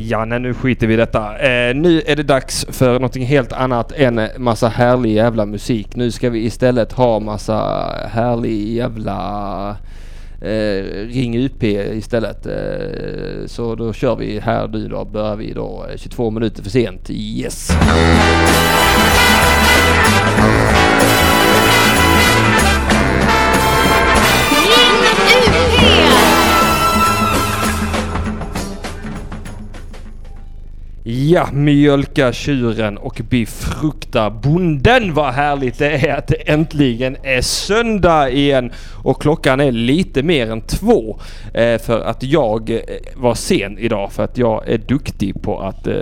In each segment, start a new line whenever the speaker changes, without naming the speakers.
ja, nej, nu skiter vi i detta. Eh, nu är det dags för någonting helt annat än massa härlig jävla musik. Nu ska vi istället ha massa härlig jävla eh, Ring UP istället. Eh, så då kör vi här nu då. Börjar vi då eh, 22 minuter för sent. Yes! Ja, mjölka tjuren och befrukta bonden. Vad härligt det är att det äntligen är söndag igen. Och klockan är lite mer än två. Eh, för att jag eh, var sen idag. För att jag är duktig på att eh,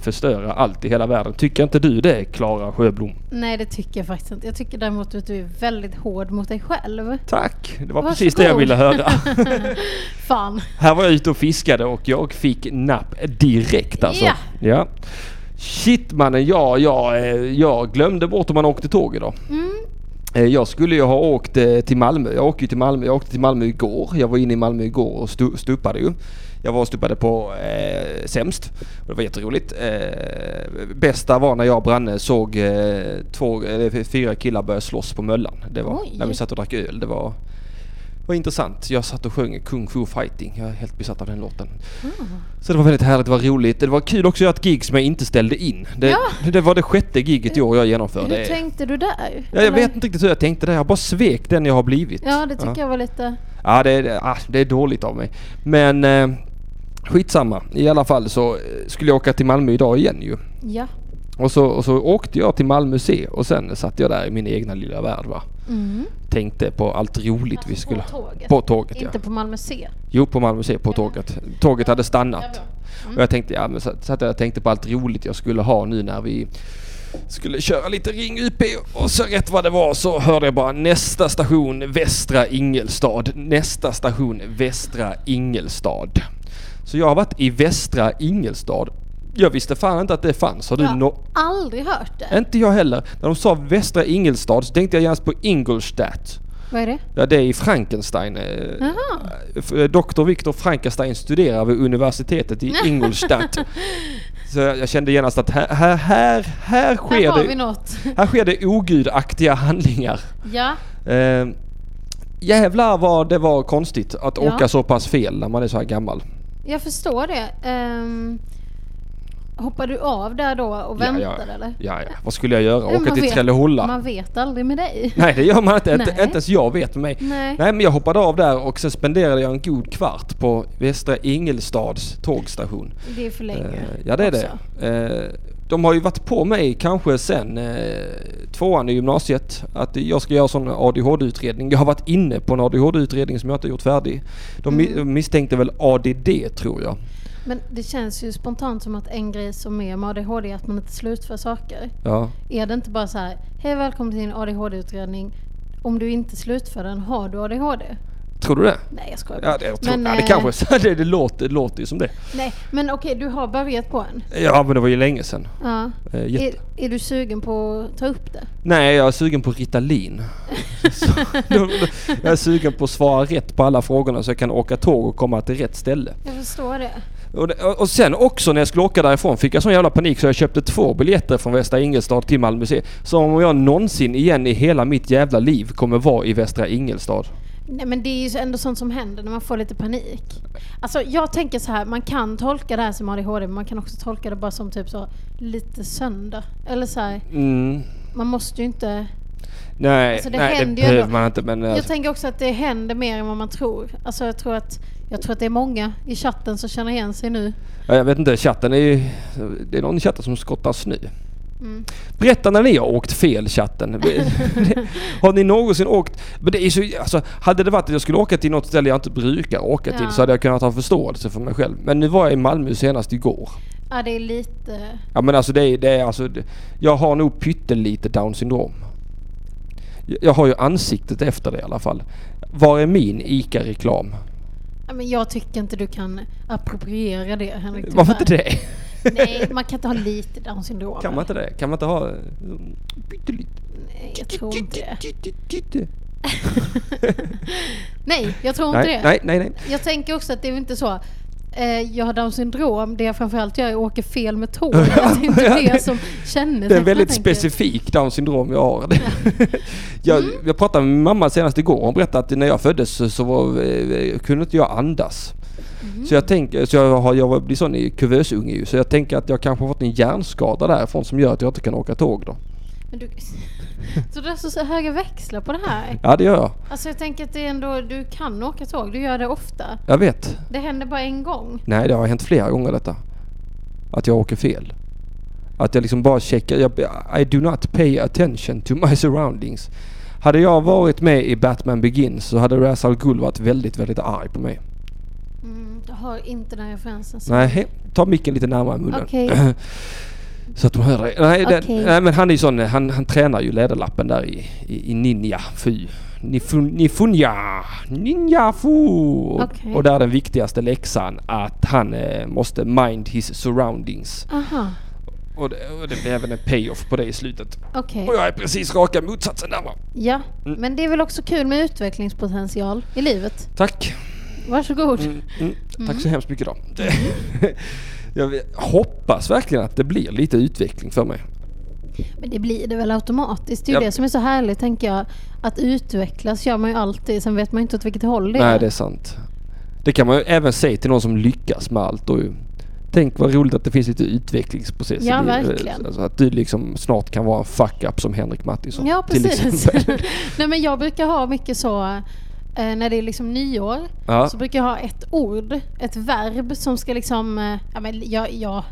förstöra allt i hela världen. Tycker inte du det, Klara Sjöblom?
Nej, det tycker jag faktiskt inte. Jag tycker däremot att du är väldigt hård mot dig själv.
Tack! Det var
Varsågod.
precis det jag ville höra.
Fan.
Här var jag ute och fiskade och jag fick napp direkt alltså.
Ja.
ja. Shit mannen, jag, jag, eh, jag glömde bort om man åkte tåg idag.
Mm.
Eh, Jag skulle ju ha åkt eh, till Malmö. Jag åker ju till Malmö. Jag åkte till Malmö igår. Jag var inne i Malmö igår och stu- stupade ju. Jag var och stupade på eh, Sämst. Och det var jätteroligt. Eh, bästa var när jag och Branne såg eh, två, eller fyra killar börja slåss på Möllan. Det var
Oj.
när vi satt och drack öl. Det var, var intressant. Jag satt och sjöng Kung Fu Fighting. Jag är helt besatt av den låten. Så det var väldigt härligt, det var roligt. Det var kul också att göra ett gig som jag inte ställde in. Det,
Ja.
det var det sjätte giget i år jag genomförde.
Hur tänkte du där?
Ja, jag
Eller-
vet inte riktigt hur jag tänkte där. Jag bara svek den jag har blivit.
Ja, det tycker jag var lite...
Ja, det, är- ah, det är dåligt av mig. Men eh, skitsamma. I alla fall så eh, skulle jag åka till Malmö idag igen ju.
Ja.
Och så, och så åkte jag till Malmö C och sen satt jag där i min egna lilla värld va.
Mm.
Tänkte på allt roligt vi skulle...
Alltså, På tåget.
På tåget ja.
Inte på Malmö C.
Jo, på Malmö C, på tåget. Tåget hade stannat.
Mm.
Och jag tänkte, ja men så, så att jag tänkte på allt roligt jag skulle ha nu när vi skulle köra lite Ring UP och så rätt vad det var så hörde jag bara nästa station Västra Ingelstad. Nästa station Västra Ingelstad. Så jag har varit i Västra Ingelstad. Jag visste fan inte att det fanns. Har du
Jag har
nå-
aldrig hört det.
Inte jag heller. När de sa Västra Ingelstad så tänkte jag genast på Ingolstadt.
Vad är det?
Ja, det är i Frankenstein. eh,
Jaha.
F- eh, Dr. Viktor Frankenstein studerar vid universitetet i Ingolstadt. Så jag jag kände genast att här, här, här, här,
Här har
sker,
vi
det,
något.
här sker det ogudaktiga handlingar.
Ja.
Eh, jävlar vad det var konstigt att
Ja.
åka så pass fel när man är så här gammal.
Jag förstår det. Um, hoppar du av där då och väntar
ja, ja,
eller?
Ja, ja. Vad skulle jag göra? Åka
Man
till
vet-
Trellehulla?
Man vet aldrig med dig.
Nej det gör man inte, inte,
Nej.
inte ens jag vet med mig.
Nej.
Nej men jag hoppade av där och sen spenderade jag en god kvart på Västra Ingelstads tågstation.
Det är för länge.
Eh, ja det är
också.
det. Eh, de har ju varit på mig kanske sen eh, tvåan i gymnasiet att jag ska göra sån ADHD-utredning. Jag har varit inne på en ADHD-utredning som jag inte gjort färdig. De mi-
Mm.
misstänkte väl ADD tror jag.
Men det känns ju spontant som att en grej som är med ADHD är att man inte slutför saker.
Ja.
Är det inte bara så här, hej välkommen till din ADHD-utredning. Om du inte slutför den, har du ADHD?
Tror du det?
Nej jag skojar bara.
Ja det, jag tror,
Men,
ja, det
eh,
kanske det, det, låter, det låter ju som det.
Nej, men okej du har börjat på en.
Ja men det var ju länge sedan.
Ja.
Eh, jätte-
Är, är du sugen på att ta upp det?
Nej, jag är sugen på Ritalin. Så- jag är sugen på att svara rätt på alla frågorna så jag kan åka tåg och komma till rätt ställe.
Jag förstår det.
Och, det- och sen också när jag skulle åka därifrån fick jag sån jävla panik så jag köpte två biljetter från Västra Ingelstad till Malmö C. Som om jag någonsin igen i hela mitt jävla liv kommer vara i Västra Ingelstad.
Nej men det är ju så- ändå sånt som händer när man får lite panik. Alltså jag tänker så här, man kan tolka det här som ADHD men man kan också tolka det bara som typ så lite söndag. Eller så här,
Mm.
man måste ju inte...
Nej,
Alltså,
det,
det
nej, det
händer ju
behöver
ändå.
man inte men... alltså,
Jag tänker också att det händer mer än vad man tror. Alltså jag tror att, jag tror att det är många i chatten som känner igen sig nu.
Ja, Jag vet inte, chatten är ju... Det är någon i chatten som skottar snö.
Mm.
Berätta när ni har åkt fel chatten. har ni någonsin åkt... Men det är så, alltså, hade det varit att jag skulle åka till något ställe jag inte brukar åka till
Ja.
så hade jag kunnat ha förståelse för mig själv. Men nu var jag i Malmö senast igår.
Ja det är lite...
Ja men alltså det är, det är alltså... det- Jag har nog pyttelite down syndrom. Jag- Jag har ju ansiktet efter det i alla fall. Var är min ICA-reklam?
Ja, men jag tycker inte du kan appropriera det Henrik.
Varför inte det?
Nej, man kan inte ha lite down syndrom.
Kan man inte det? Kan man inte ha... eh, Pyttelite?
Nej, jag tror inte det. Nej, jag tror inte
Nej,
det.
nej, nej, nej.
Jag tänker också att det är väl inte så eh, jag har Downs syndrom, det jag framförallt gör är att åka fel med tåg. Alltså, det är inte
Ja, det-
det som kännetecknar
Det är en väldigt
tänker jag.
specifik down syndrom jag har. jag,
Mm.
jag pratade med min mamma senast igår. Hon berättade att när jag föddes så- så var, eh, kunde inte jag andas.
Mm.
Så jag tänker, så jag, har, jag blir sån i kuvösunge ju. Så jag tänker att jag kanske har fått en hjärnskada därifrån som gör att jag inte kan åka tåg då.
Men du, så du har så- så höga växlar på det här?
Ja det gör jag.
Alltså jag tänker att det är ändå, du kan åka tåg, du gör det ofta.
Jag vet.
Det händer bara en gång.
Nej det har hänt flera gånger detta. Att jag åker fel. Att jag liksom bara checkar. Jag, I do not pay attention to my surroundings. Hade jag varit med i Batman Begins så hade Ra's al Ghul varit väldigt, väldigt arg på mig.
Mm, jag har inte den referensen. så-
Nej, he- ta micken lite närmare munnen.
Okej.
Så att de hör dig. Nej, det,
Okej.
nej men han är ju sån, han, han tränar ju läderlappen där i, i, i ninja fy. Nifun, nifunja, ninja fu.
Okej.
Och där är den viktigaste läxan att han eh, måste mind his surroundings.
Aha,
Och det, och det blir även en payoff på det i slutet.
okej.
Och jag är precis raka motsatsen där va.
Ja,
Mm.
men det är väl också kul med utvecklingspotential i livet.
Tack.
Varsågod.
Mm, mm. Tack så hemskt mycket då. Det, jag vet- hoppas verkligen att det blir lite utveckling för mig.
Men det blir det väl automatiskt. Det är ju
Ja.
det som är så härligt tänker jag. Att utvecklas gör man ju alltid, sen vet man inte åt vilket håll det är.
Nej, det är sant. Det kan man ju även säga till någon som lyckas med allt. Och ju, tänk vad roligt att det finns lite utvecklingsprocesser.
Ja,
i-
verkligen.
Alltså att du liksom snart kan vara en fuck-up som Henrik Mattisson.
Ja,
till
precis.
exempel.
Nej, men jag brukar ha mycket så, eh, när det är liksom nyår,
Ja.
så brukar jag ha ett ord, ett verb som ska liksom, eh, ja, men, ja, ja,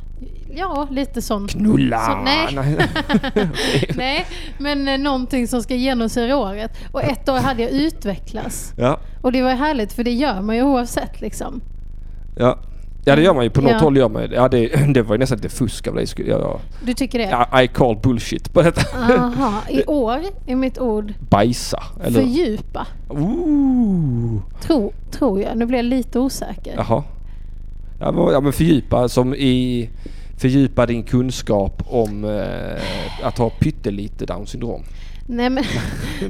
ja lite sånt.
Knulla!
Så- nej.
nej.
Nej, men eh, någonting som ska genomsyra året. Och ett år hade jag utvecklas.
ja,
Och det var härligt för det gör man ju oavsett liksom.
ja. Ja det gör man ju, på något
Ja.
håll gör man ju det. ja, det. Det var ju nästan lite fusk av dig. skulle Jag,
Du tycker det?
jag, I call bullshit på detta.
Aha, i år är mitt ord
Bajsa. Eller?
fördjupa.
Ooh.
Tro, tror jag. Nu blir jag lite osäker.
Jaha. Ja, vad- ja men fördjupa som i fördjupa din kunskap om eh, att ha pyttelite down syndrom.
Nej men,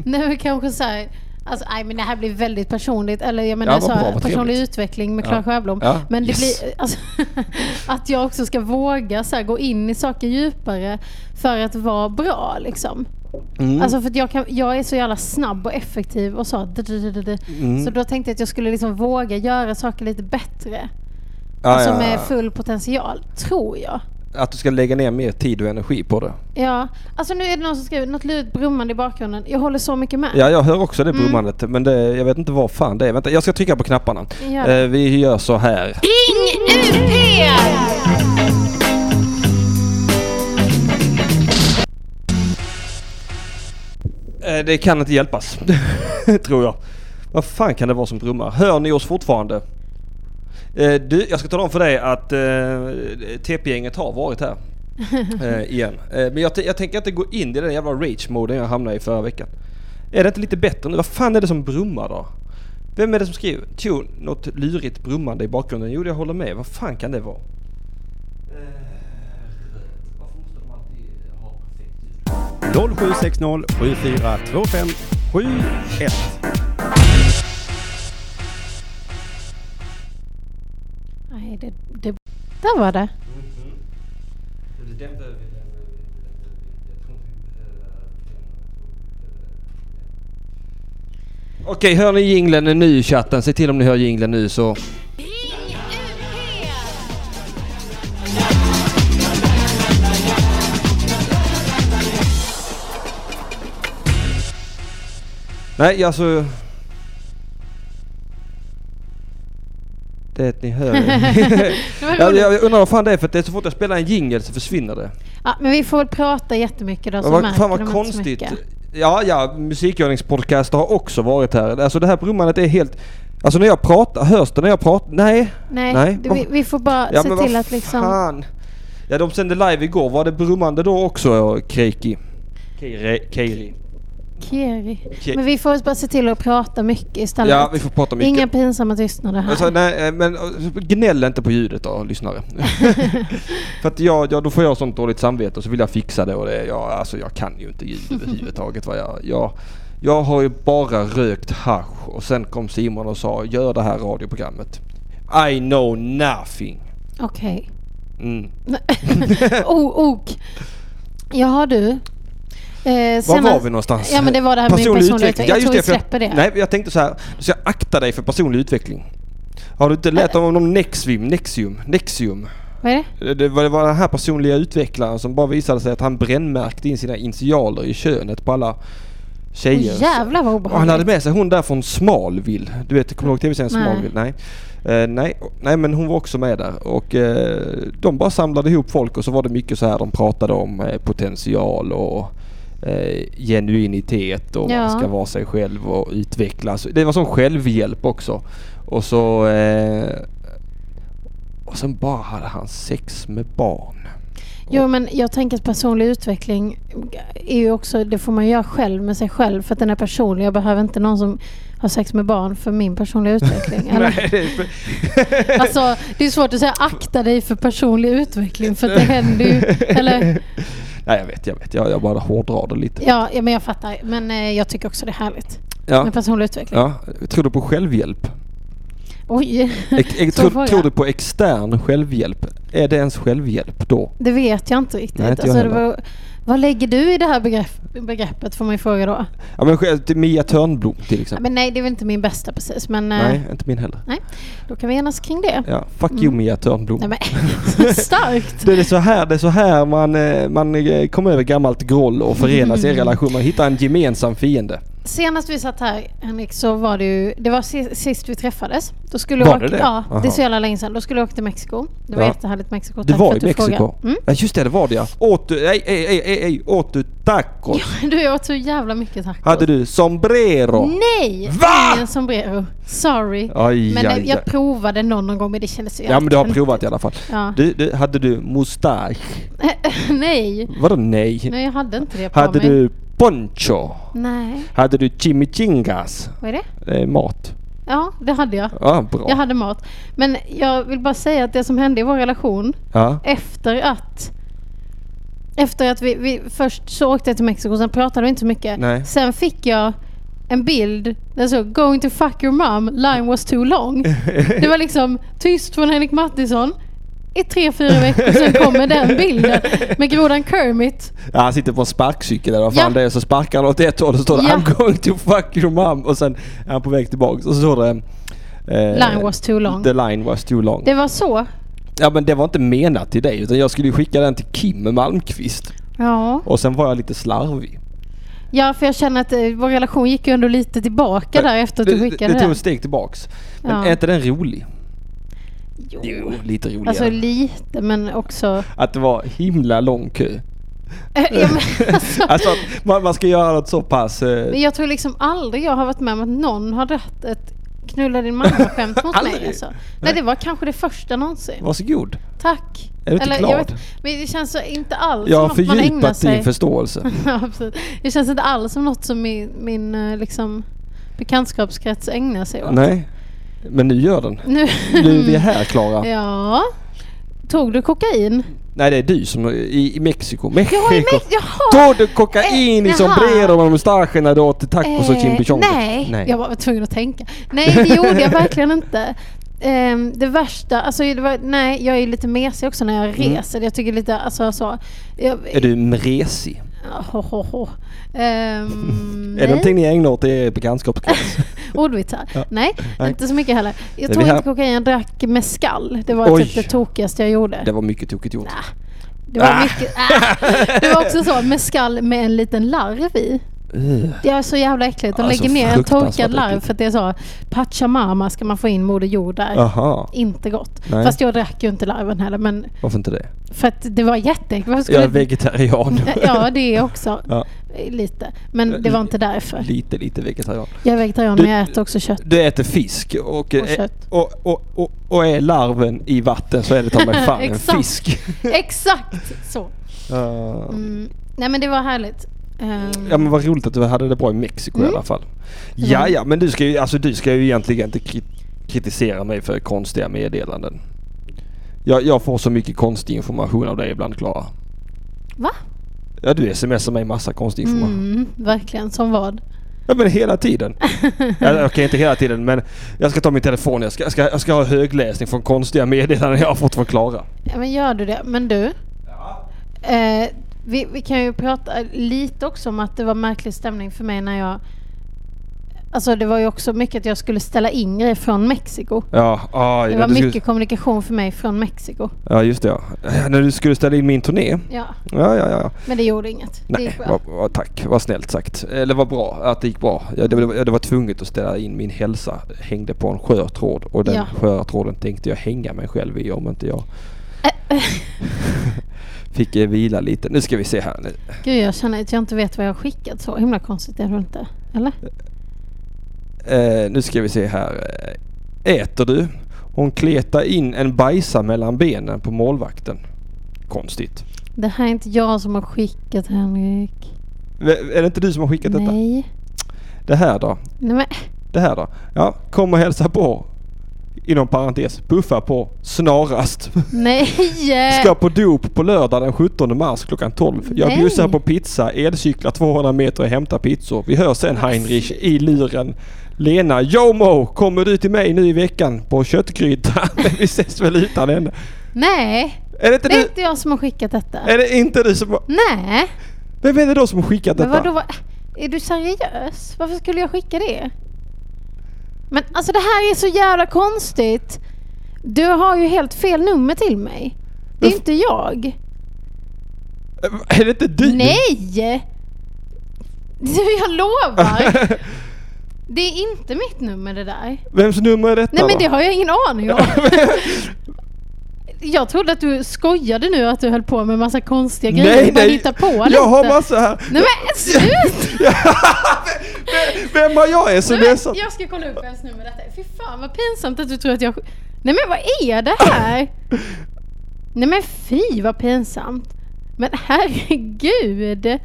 nej, men kanske så här, alltså, nej, men det här blir väldigt personligt. Eller jag menar
Ja, vad
så
bra,
här,
vad
personlig
trevligt.
utveckling med Klara
Ja.
Sjöblom.
Ja,
Men det
yes.
blir, alltså, att jag också ska våga så här, gå in i saker djupare för att vara bra liksom.
Mm.
Alltså för att jag, kan, jag är så jävla snabb och effektiv och så. d- d- d- d-
Mm.
Så då tänkte jag att jag skulle liksom våga göra saker lite bättre. alltså med full potential, tror jag.
Att du ska lägga ner mer tid och energi på det.
Ja, alltså nu är det någon som skriver något lurigt brummande i bakgrunden. Jag håller så mycket med.
Ja, jag hör också
Mm.
det brummandet men det, jag vet inte vad fan det är. Vänta, jag ska trycka på knapparna.
Gör det.
Eh, vi gör så här.
Ring UP!
Eh, det kan inte hjälpas, tror jag. Vad fan kan det vara som brummar? Hör ni oss fortfarande? Eh, du, jag ska tala om för dig att eh, TP-gänget har varit här. Eh, igen. Eh, men jag, t- jag tänker inte gå in i den jävla rage-moden jag hamnade i förra veckan. Är det inte lite bättre nu? Vad fan är det som brummar då? Vem är det som skriver? Tjo, något lurigt brummande i bakgrunden. Jo, jag håller med. Vad fan kan det vara? Eh, Varför måste de alltid ha perfekt ljud?
0760 7425 71.
Nej, det, det... Där var det.
Okej, hör ni jinglen nu i chatten? Se till om ni hör jinglen nu så... Nej, alltså... Det ni hör...
det var
jag,
roligt.
jag undrar vad fan det är för att det är så fort jag spelar en jingel så försvinner det.
Ja, men vi får väl prata jättemycket då. Så
Vad,
Alltså, märker
fan
de
vad
inte så
konstigt.
mycket.
Ja, ja, musikgörningspodcaster har också varit här. Alltså det här brummandet är helt... Alltså när jag pratar, hörs det när jag pratar? Nej.
Nej,
Nej,
det-
vad-
vi, vi får bara se
vad
till att liksom...
fan. Ja, de sände live igår. Var det brummande då också, Kreiki? Keiri. Keiri.
Keri.
Ke-
Men vi får bara se till att prata mycket istället.
Ja, vi får prata mycket.
Inga pinsamma tystnader här.
Alltså, nej, eh, men eh, gnäll inte på ljudet då, lyssnare. För att jag, jag, då får jag sånt dåligt samvete och så vill jag fixa det och det, jag, alltså jag kan ju inte ljud överhuvudtaget. Vad jag, jag, jag har ju bara rökt hasch och sen kom Simon och sa gör det här radioprogrammet. I know nothing.
Okej.
Mm.
O- ok. Jaha du. Eh,
Var
sen
var
att-
vi någonstans?
Ja men det var det här med personlig utveckling. Jag tror vi släpper
för
det.
jag, Nej, jag tänkte så här. Du ska akta dig för personlig utveckling. Har du inte
Äh.
lärt om någon Nexvium? Nexium? Nexium?
Vad är det?
Det det var, det var den här personliga utvecklaren som bara visade sig att han brännmärkte in sina initialer i könet på alla
Åh,
tjejer.
jävlar vad
Och han hade
obehagligt.
med sig hon där från Smalville. Du vet, kommer du ihåg tv-serien
Nej.
Smalville? Nej. Eh, nej. Nej, men hon var också med där. Och eh, de bara samlade ihop folk och så var det mycket så här de pratade om eh, potential och eh, genuinitet och
Ja.
man ska vara sig själv och utvecklas. Det var sån självhjälp också. Och så... Eh, och sen bara hade han sex med barn.
Jo men jag tänker att personlig utveckling är ju också, det får man göra själv med sig själv för att den är personlig. Jag behöver inte någon som har sex med barn för min personliga utveckling. Eller?
Nej, det är-
Alltså det är svårt att säga akta dig för personlig utveckling för att det händer ju. Eller,
Nej, jag vet, jag vet. Jag, jag bara hårdrar det lite.
ja, ja men jag fattar. Men eh, jag tycker också det är härligt
Ja.
med personlig utveckling.
ja. Tror du på självhjälp?
Oj,
Ex- ex-
Så
tror,
fråga.
tror du på extern självhjälp? Är det ens självhjälp då?
det vet jag inte riktigt. Alltså,
Nej, inte jag
det
heller.
var, vad lägger du i det här begrepp, begreppet får man ju fråga då.
Ja men själv, till Mia Törnblom till exempel.
Men nej det är väl inte min bästa precis men eh,
Nej,
nej.
inte min heller.
då kan vi enas kring det.
Ja, fuck you Mia Törnblom.
Nej men starkt!
Det är så här, det är så här man, eh, man eh, kommer över gammalt groll och förenas i
Mm.
en relation. Man hittar en gemensam fiende.
Senast vi satt här Henrik så var det ju, det var si- sist vi träffades. Då skulle
Var
jag åka,
det det?
Ja,
Aha.
det är så jävla länge sedan. Då skulle jag åka till Mexiko. Det var
Ja.
jättehärligt Mexiko.
Du
Tack
var
för
i
att du
Mexiko.
frågade. Mm.
Ja just det, det var det ja. Åt du, ej, ej, ej, ej, ej, åt du tacos?
Du jag åt så jävla mycket tacos.
Hade du sombrero?
Nej!
Va?
Ingen sombrero. Sorry.
Aj,
men eh,
aj,
jag
aj.
provade någon, någon gång men det kändes så
Ja men du har
jävla-
provat i alla fall.
Ja.
Du, du, hade du mustasch?
Nej.
Vadå nej?
Nej jag hade inte det på
Hade
mig.
du poncho?
Nej.
Hade du chimichingas?
Vad är det?
Eh, mat.
Ja det hade jag.
Ja, bra.
Jag hade mat. Men jag vill bara säga att det som hände i vår relation
Ja.
efter att efter att vi, vi först så åkte jag till Mexiko, sen pratade vi inte så mycket.
Nej.
Sen fick jag en bild där det stod “Going to fuck your mom, line was too long”. Det var liksom tyst från Henrik Mattisson i tre, fyra veckor, sen kommer den bilden med grodan Kermit.
ja, han sitter på en sparkcykel eller vad fan
Ja.
det är. Så sparkar han åt ett håll och så står det
Ja.
I'm going to fuck your mom. Och sen är han på väg tillbaks och så står det... eh,
Line was too long.
The line was too long.
Det var så.
Ja men det var inte menat till dig utan jag skulle ju skicka den till Kim Malmqvist.
Ja.
Och sen var jag lite slarvig.
ja, för jag känner att eh, vår relation gick ju ändå lite tillbaka där efter att du
det,
skickade
det tog
den.
ett steg tillbaks. Men
Ja.
är inte den rolig?
Jo.
Jo, lite roligare.
Alltså lite, men också...
att det var himla lång kö.
Eh, ja, men, alltså,
Alltså att man, man ska göra något så pass... eh,
Men jag tror liksom aldrig jag har varit med om att någon har dragit ett knulla din mamma-skämt mot
Aldrig?
mig. Alltså. Nej, det var kanske det första någonsin.
Varsågod.
Tack.
Är du inte
jag
glad?
men det känns så inte alls
Jag har
som något man ägnar
fördjupat din
sig...
förståelse.
Ja, precis. det känns inte alls som något som min, min eh, liksom, bekantskapskrets ägnar sig åt.
Nej, men nu gör den.
Nu...
Nu är vi här Klara.
ja. Tog du kokain?
Nej det är du som i, i Mexiko. Mexiko.
Jag har ju med... Jaha!
Tog du kokain i
Eh,
sombrero med mustascherna när du åt tacos och
Eh,
chimichanga?
nej.
nej.
jag var tvungen att tänka. Nej, det gjorde jag verkligen inte. Ehm, det värsta, alltså det var, nej jag är lite mesig också när jag
Mm.
reser. Jag tycker lite, alltså så. Jag, Ah,
Är du mresig?
ho, ho, ho. Ehm,
Är det
nej.
någonting ni ägnar åt i er bekantskapskrets?
Ordvitsar.
Ja.
Nej,
Nej.
inte så mycket heller.
Det
Jag
är
tog
vi här-
inte kokain, jag drack mescal. Det var
Oj.
typ det tokigaste jag gjorde.
det var mycket tokigt gjort.
Det var, mycket, ah. det var också så, mescal med en liten larv i.
Ugh.
Det är så jävla äckligt. De
Alltså,
lägger ner en
fruktansvärt
torkad larv
äckligt.
för att det är så Pachamama ska man få in Moder Jord där.
Eh, Aha,
Inte gott.
Nej.
Fast jag drack ju inte larven heller. Men
varför inte det?
för att det var jätteäckligt. Varför
Jag är
Skulle...
vegetarian.
ja, det är också.
Ja.
Lite. Men det var inte därför.
lite, lite vegetarian.
Jag är vegetarian
Du-
men jag äter också kött.
Du äter fisk och, eh,
kött.
och, och, och, och är larven i vatten så är det ta mig fan en
Exakt.
fisk.
Exakt så.
eh, Ja.
Mm. Nej men det var härligt. Ehm,
Ja men vad roligt att du hade det bra i Mexiko
Mm.
i alla fall. Ja ja men du ska ju, alltså, du ska ju egentligen inte kri- kritisera mig för konstiga meddelanden. Jag, jag får så mycket konstig information av dig ibland Klara.
Ehm, Va?
Ja du smsar mig massa konstig information.
Mm, verkligen. Som vad?
Ja men hela tiden. Ja, Okej inte hela tiden men jag ska ta min telefon. Jag ska, jag ska, jag ska ha högläsning från konstiga meddelanden jag har fått från Klara.
Ja, men gör du det? Men du? Eh, vi, vi kan ju prata lite också om att det var märklig stämning för mig när jag... Alltså det var ju också mycket att jag skulle ställa in grejer från Mexiko.
Ja, ah,
Det
när
var
du skulle-
mycket kommunikation för mig från Mexiko.
Ja just det ja. Ja, När du skulle ställa in min turné.
Ja,
Ja ja ja.
men det gjorde inget. det
Nej,
gick bra.
vad, vad, tack. Vad snällt sagt. Eller vad bra att det gick bra. Jag, det, var- det var tvunget att ställa in min hälsa. Hängde på en skör tråd och den
Ja.
sköra tråden tänkte jag hänga mig själv i om inte jag fick eh, vila lite. Nu ska vi se här. Nu.
Gud, jag känner att jag inte vet vad jag har skickat. Så himla konstigt är det inte? Eller?
Eh, nu ska vi se här. Eh, Äter du? Hon kletar in en bajsa mellan benen på målvakten. Konstigt.
Det här är inte jag som har skickat Henrik.
V- Är det inte du som har skickat detta?
Nej.
Det här då?
Nej men,
Det här då? Ja, kom och hälsa på. Inom parentes, puffa på snarast.
nej!
Ska på dop på lördag den 17 mars klockan 12. Jag
Eh. Nej.
bjussar på pizza, elcyklar 200 meter och hämtar pizzor. Vi hörs sen Heinrich i luren. Lena, Jomo, kommer du till mig nu i veckan på köttkrydda? Men vi ses väl utan henne.
Nej!
Är det inte
Det är
du?
inte jag som har skickat detta.
Är det inte du som...
Nej!
Vem är det då som har skickat
Men vadå?
detta?
vad- Är du seriös? Varför skulle jag skicka det? Men alltså det här är så jävla konstigt. Du har ju helt fel nummer till mig. Det är
Men-
inte jag.
Är det inte du?
Nej! Jag lovar! Det är inte mitt nummer det där.
Vems nummer är detta
Nej men det
då?
har jag ingen aning om. Jag trodde att du skojade nu att du höll på med massa konstiga grejer.
Nej,
du bara
nej.
hittar på lite.
Jag har massa här.
Nej men sluta!
Vem har jag smsat?
Jag ska kolla upp ens nummer detta. Fy fan vad pinsamt att du tror att jag... Nej men vad är det här? Nej men fy vad pinsamt. Men herregud.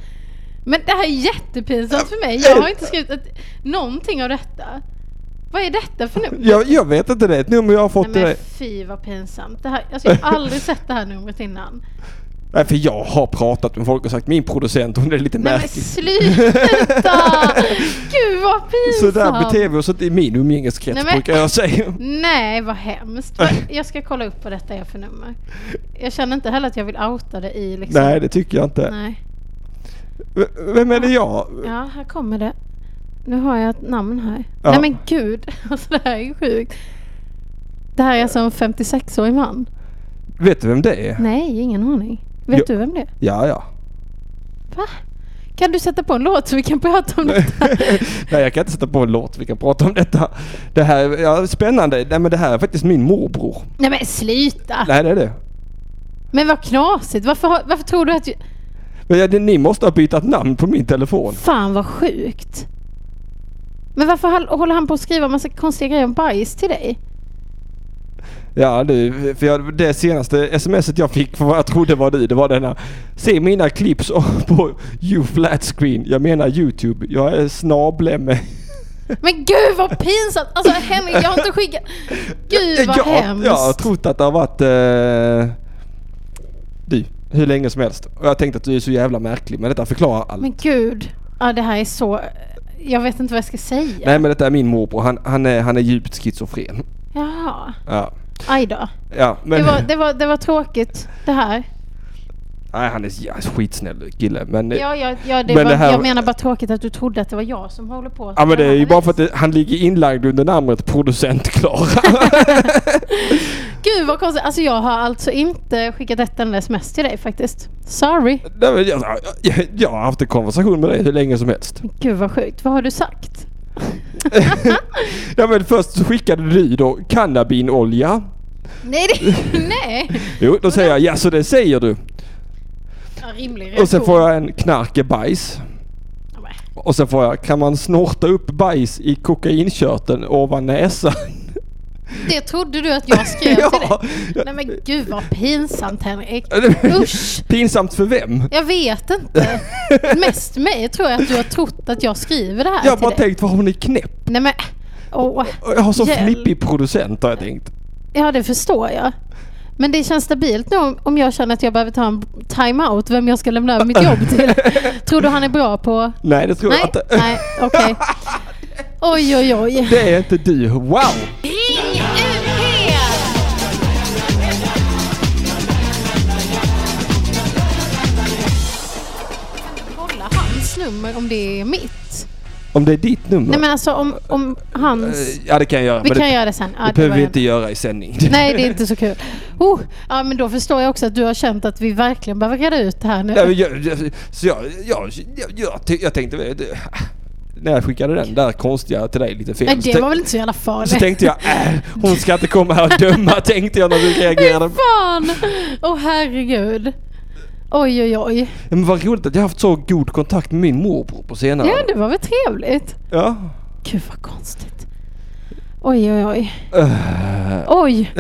Men det här är jättepinsamt för mig. Jag har inte skrivit ett, någonting av detta. Vad är detta för nummer?
Jag, jag vet inte det. Ett nummer jag har fått
Nej
till
men
dig.
fy vad pinsamt. Det här, alltså, jag har aldrig sett det här numret innan.
Nej, för jag har pratat med folk och sagt min producent, hon är lite
Nej men
märklig.
sluta! Gud vad pinsamt!
Så där beter vi oss inte i min umgängeskrets
Nej, men-
brukar jag säga.
Nej vad hemskt. Vad- Jag ska kolla upp vad detta är för nummer. Jag känner inte heller att jag vill outa det i liksom...
Nej, det tycker jag inte.
Nej.
V- Vem är det jag?
Ja, här kommer det. Nu har jag ett namn här.
Ja.
Nej men gud, alltså det här är ju sjukt. Det här är alltså en 56-årig man.
Vet du vem det är?
Nej, ingen aning. Vet
Jo.
du vem det är?
Ja, ja.
Va? Kan du sätta på en låt så vi kan prata om detta?
Nej, jag kan inte sätta på en låt. Vi kan prata om detta. Det här är ja, spännande. Nej, men det här är faktiskt min morbror.
Nej men sluta!
Nej, det är det.
Men vad knasigt. Varför, har- varför tror du att... Jag...
Men ja, det- ni måste ha bytt namn på min telefon.
Fan vad sjukt. Men varför hall- håller han på att skriva massa konstiga grejer om bajs till dig?
Ja du, för jag, det senaste smset jag fick för vad jag trodde var du, det var denna. Se mina klipps på you flat screen. Jag menar Youtube. Jag är snablemme.
Men gud vad pinsamt! Alltså Henrik, jag har inte skickat... Gud vad
jag,
hemskt!
jag har trott att det har varit eh, du, hur länge som helst. Och jag tänkte att du är så jävla märklig, men detta förklarar allt.
Men gud. Ja det här är så... Jag vet inte vad jag ska säga.
Nej men detta är min morbror. Han, han, är, han är djupt schizofren.
Jaha.
Ja.
Aj då.
Ja, men...
Det var, det, var, det var tråkigt det här.
Nej, han är ja, skitsnäll kille. Men, eh,
Ja, ja, ja, det
Men
var,
det här-
jag menar bara tråkigt att du trodde att det var jag som håller på.
Ja men det är ju bara för att det, han ligger inlagd under namnet producent Klara.
Gud vad konstigt. Alltså jag har alltså inte skickat ett enda sms till dig faktiskt. Sorry.
Nej, men jag, jag, jag har haft en konversation med dig hur länge som helst.
Gud vad sjukt. Vad har du sagt?
Ja, men först så skickade du då cannabinolja.
Nej, det, nej.
Jo, då säger jag ja så det säger du.
Ja, rimlig
Och sen
reaktion.
får jag en knarkebajs.
Ja, men-
Och sen får jag kan man snorta upp bajs i kokainkörteln ovan näsan?
Det trodde du att jag skrev till dig?
ja.
Nej men gud vad pinsamt Henrik. Usch.
Pinsamt för vem?
Jag vet inte. Mest mig tror jag att du har trott att jag skriver det här
Jag har
till
bara
dig.
tänkt vad hon är knäpp.
Nej men, åh.
Och Jag har så
Hjälp.
flippig producent har jag tänkt.
Ja det förstår jag. Men det känns stabilt nu om- om jag känner att jag behöver ta en time-out vem jag ska lämna över mitt jobb till. Tror du han är bra på...
Nej, det tror
Nej,
jag inte.
nej, okej. Oj, oj, oj.
Det är inte du. Wow!
Ring UP!
Kolla hans nummer om det är mitt.
Om det är ditt nummer.
Nej men alltså om, om hans...
Eh, Ja, det kan jag göra.
Vi
men
kan
det,
göra det sen. Ja,
det
det
behöver
var
vi
en-
inte göra i sändning.
Nej, det är inte så kul. Oh, ja, men då förstår jag också att du har känt att vi verkligen behöver reda ut det här nu.
Nej, men jag, jag, så jag, jag, jag, jag, ty- jag tänkte... väl, det- När jag skickade den där konstiga till dig lite fel.
Nej,
så
det
tänk-
var väl inte så jävla
Så
farligt?
tänkte jag, äh, hon ska inte komma här och döma tänkte jag när du reagerade.
Fan! Åh oh, herregud. Oj, oj, oj.
Men vad roligt att jag har haft så god kontakt med min morbror på senare
Ja, det var väl trevligt.
Ja.
Gud vad konstigt. Oj, oj, oj. Oj!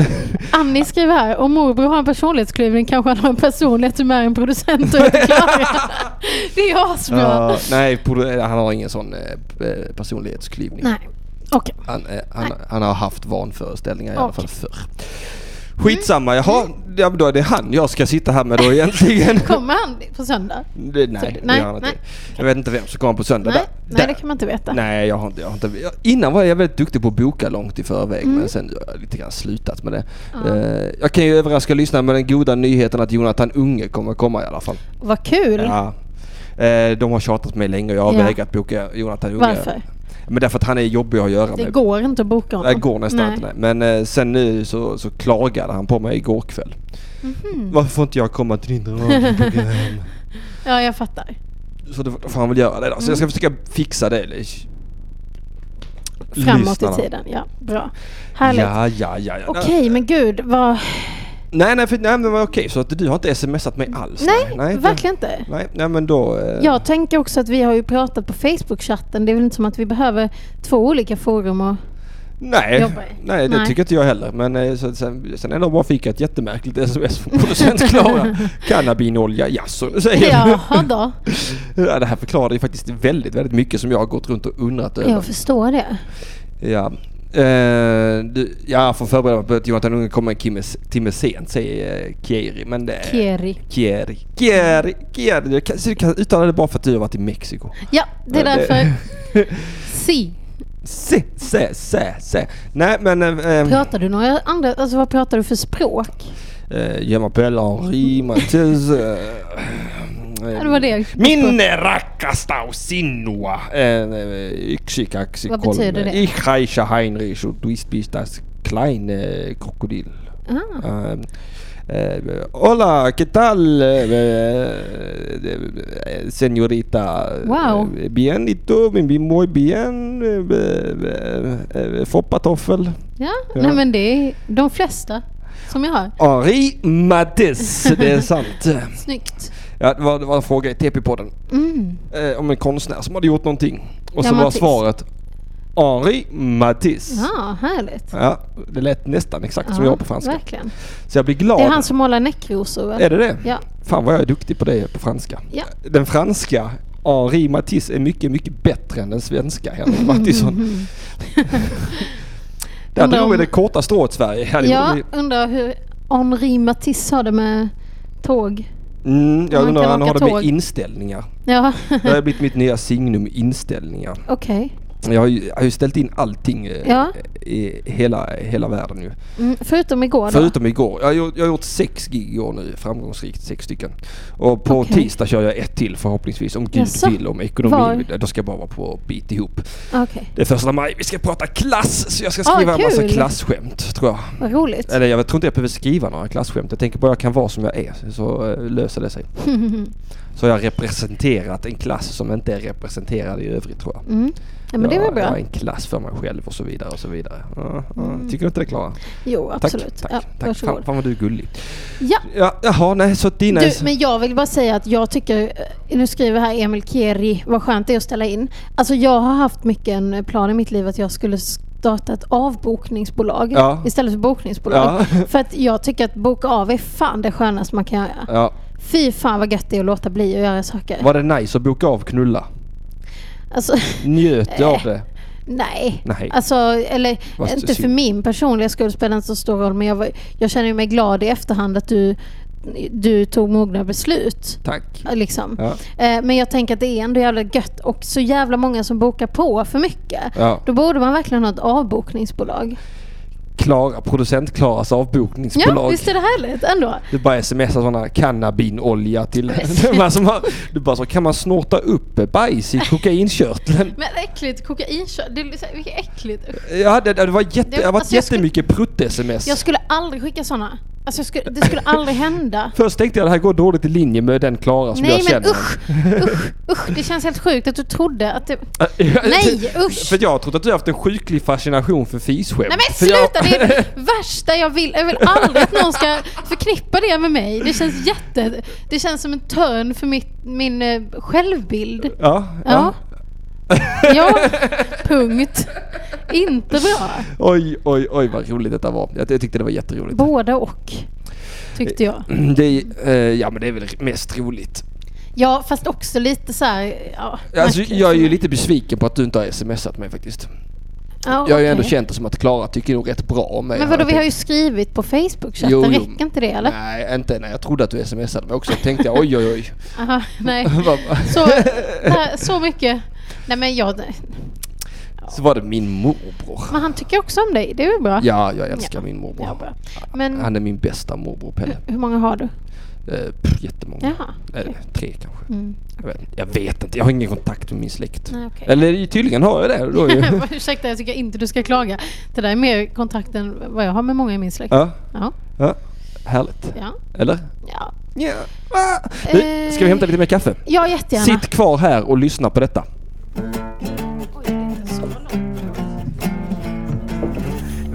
Annie skriver här, om morbror har en personlighetsklyvning kanske han har en personlighet som är en producent och inte klarar. Det är ju asbra.
Ja, nej, pro- han har ingen sån eh, p- personlighetsklyvning.
Nej, okej.
Han, eh, han, han har haft vanföreställningar i alla fall
Okej. Mm.
förr. Skitsamma, jaha. Ja, men då är det han jag ska sitta här med då egentligen.
Kommer han på söndag?
Det, nej,
Så-
det
nej,
gör han inte.
nej.
Jag vet inte vem som kommer på söndag.
Nej,
Där-
nej, det
där-
kan man inte veta.
Nej, jag har inte, jag har inte. Jag, innan var jag väldigt duktig på att boka långt i förväg
Mm.
men sen har jag lite grann slutat med det. Eh, jag kan ju överraska lyssnarna med den goda nyheten att Jonathan Unge kommer komma i alla fall.
Vad kul!
Ja. Eh, de har tjatat mig länge och jag har
Ja.
vägrat boka Jonathan Unge.
Varför?
Men därför att han är jobbig att göra
Det
med.
går inte att boka honom.
Det går nästan
Nej.
inte. nej. Men eh, sen nu så, så klagade han på mig igår kväll.
Mhm.
Varför får inte jag komma till din radioprogram?
Ja, jag fattar.
Så då får han väl göra det då. Så jag
Mm.
ska försöka fixa det.
Framåt
Lyssnarna.
i tiden, ja. Bra. Härligt.
Ja, ja, ja. ja.
Okej, men gud vad...
Nej, nej, för, nej men okej. Så att du har inte smsat mig alls?
Nej,
nej,
verkligen inte.
Nej, nej men då... eh,
Jag tänker också att vi har ju pratat på Facebook-chatten. Det är väl inte som att vi behöver två olika forum och...
nej,
jobbar jag.
nej, det
Nej.
tycker inte jag heller. Men eh, så, sen, sen är det bara fick jag ett jättemärkligt sms från producent Klara. Cannabinolja, jaså du säger du?
Jaha då.
Ja, Det här förklarar ju faktiskt väldigt, väldigt mycket som jag har gått runt och undrat över.
Jag förstår det.
Ja. Eh, du, jag får förbereda mig på att Jonathan Unge kommer en timme, timme sent, säger eh, Kieri. Men det...
Kieri.
Kieri. Kieri. Kieri. Du kan, så du kan uttala det bara för att du har varit i Mexiko.
Ja, det är
Ja, det-
därför... Si.
Se, se, se, se. Nej men... eh, eh,
Pratar du några andra... Alltså vad pratar du för språk?
Eh, Je m'appelle Henri Mathieu.
Ja, det var det.
Eh, Min Eh, rakkastau sinua. Yksikaksi
Vad betyder det?
Ich heiße Heinrich och du bist das kleine krokodil.
Ah.
Eh, eh, hola, ¿qué tal? eh, eh, señorita.
Wow.
Eh, Bien, y tú? Mi- Muy bien. eh, eh, eh, Foppatoffel.
Ja,
Ja.
nej men det är de flesta som jag har.
Henri Matisse, det är sant.
Snyggt.
Ja, det var, det var en fråga i TP-podden
Mm.
eh, om en konstnär som hade gjort någonting. Och
Ja,
så var
Matisse.
svaret Henri Matisse.
Ja, härligt.
Ja, det lät nästan exakt som jag har på franska.
Verkligen.
Så jag blir glad.
Det är han som målar näckrosor väl?
Är det det?
Ja.
Fan vad jag är duktig på det på franska.
Ja.
Den franska Henri Matisse är mycket, mycket bättre än den svenska Henrik Mattisson. Där
Mm. Undrar
drog vi
om-
det korta strået Sverige. Ja, det
Jag
gjorde vi.
undrar hur Henri Matisse har det med tåg.
Mm, jag
man
undrar hur
kan
han
åka
har det med
tåg.
inställningar.
Ja,
Det har blivit mitt nya signum, inställningar.
okej.
Jag har, ju, jag har ju ställt in allting eh,
Ja.
i hela, hela världen nu.
Mm, förutom igår då.
Förutom igår. Jag har, gjort, jag har gjort sex gig igår nu, framgångsrikt sex stycken. Och på
Okej.
tisdag kör jag ett till förhoppningsvis, om Gud
Jaså?
vill, om ekonomin
Var?
vill. Då ska jag bara vara på bit ihop.
Okej,
Det är första maj, vi ska prata klass! Så jag ska
Ah,
skriva en massa
kul.
klasskämt, tror jag.
vad roligt.
Eller jag tror inte jag behöver skriva några klasskämt. Jag tänker bara jag kan vara som jag är, så eh, löser det sig.
Mm.
Så jag har representerat en klass som inte är representerad i övrigt, tror jag.
Mm. Ja, men det var
Jag- Jag har
bra.
en klass för mig själv och så vidare och så vidare. Ja, ja. Tycker du inte det Klara?
Jo, Mm. absolut.
Tack,
ja,
tack, tack. Fan,
varsågod.
fan vad du är gullig.
Ja,
Ja, jaha, nej så dina...
du, men jag vill bara säga att jag tycker, eh, nu skriver här Emil Keri, vad skönt det är att ställa in. Alltså jag har haft mycket en plan i mitt liv att jag skulle starta ett avbokningsbolag
Ja.
istället för bokningsbolag.
Ja.
För att jag tycker att boka av är fan det skönaste man kan göra.
Ja,
Fy fan vad gött det är att låta bli att göra saker.
var det nice att boka av knulla?
Alltså,
Njöt du av det?
Nej.
Nej.
Alltså, eller
Vad
inte för
synd.
min personliga skull spelar det inte så stor roll, men jag, var, jag känner ju mig glad i efterhand att du, du tog mogna beslut.
Tack.
Liksom.
Ja.
Eh, Men jag tänker att det är ändå jävla gött och så jävla många som bokar på för mycket.
Ja.
Då borde man verkligen ha ett avbokningsbolag.
Klara, producent Klaras avbokningsbolag.
Ja, visst är det härligt ändå?
Du bara smsar sådana cannabinolja till man som har, Du bara så, kan man snorta upp bajs i kokainkörteln?
Men äckligt, kokainkör. Det är så här, Vilket äckligt. Usch.
Ja, det, det var jätte,
Det-
det har varit
alltså, jag skulle-
jättemycket prutt-sms.
Jag skulle aldrig skicka sådana. Alltså jag skulle, det skulle aldrig hända.
Först tänkte jag det här går dåligt i linje med den Klara som
Nej
jag
men
känner.
usch, usch, usch. Det känns helt sjukt att du trodde att det... Nej, usch.
För jag har trott att du har haft en sjuklig fascination för fisskämt.
Nej men
För jag-
sluta! Det är det värsta jag vill. Jag vill aldrig att någon ska förknippa det med mig. Det känns jätte... Det känns som en törn för mitt, min eh, självbild.
Ja,
Ja.
ja.
Ja, punkt. Inte bra.
Oj, oj, oj vad roligt detta var. Jag, jag tyckte det var jätteroligt.
Både och, tyckte jag.
Det är, eh, ja men det är väl mest roligt.
Ja, fast också lite så här... Ja,
Alltså,
märkligt.
jag är ju lite besviken på att du inte har smsat mig faktiskt.
Ja,
Jag har ju
okej.
ändå känt det som att Klara tycker nog rätt bra om mig.
Men vadå, vi har ju
tänkt-
skrivit på Facebook-chatten.
Jo, jo.
Räcker inte det eller?
Nej, inte när jag trodde att du smsade mig också. Jag tänkte jag, oj oj oj.
Aha, nej.
Vad-
Så, nej, så mycket. Nej men jag...
Så var det min morbror.
Men han tycker också om dig. Det är väl bra?
Ja, jag älskar min
Ja,
morbror.
bra. Men
Han är min bästa morbror Pelle.
hur många har du?
Eh, pff, jättemånga.
Jaha.
Eller tre kanske.
Mm.
Jag vet, jag vet inte, jag har ingen kontakt med min släkt.
Nej, okej.
Eller tydligen har jag det. Då är ju.
Ursäkta, jag tycker inte du ska klaga. Det där är mer kontakt än vad jag har med många i min släkt.
ja,
Ja.
ja, härligt.
Ja.
Eller?
Ja,
Ja. Ah.
Eh,
Du, ska vi hämta lite mer kaffe?
ja jättegärna.
Sitt kvar här och lyssna på detta.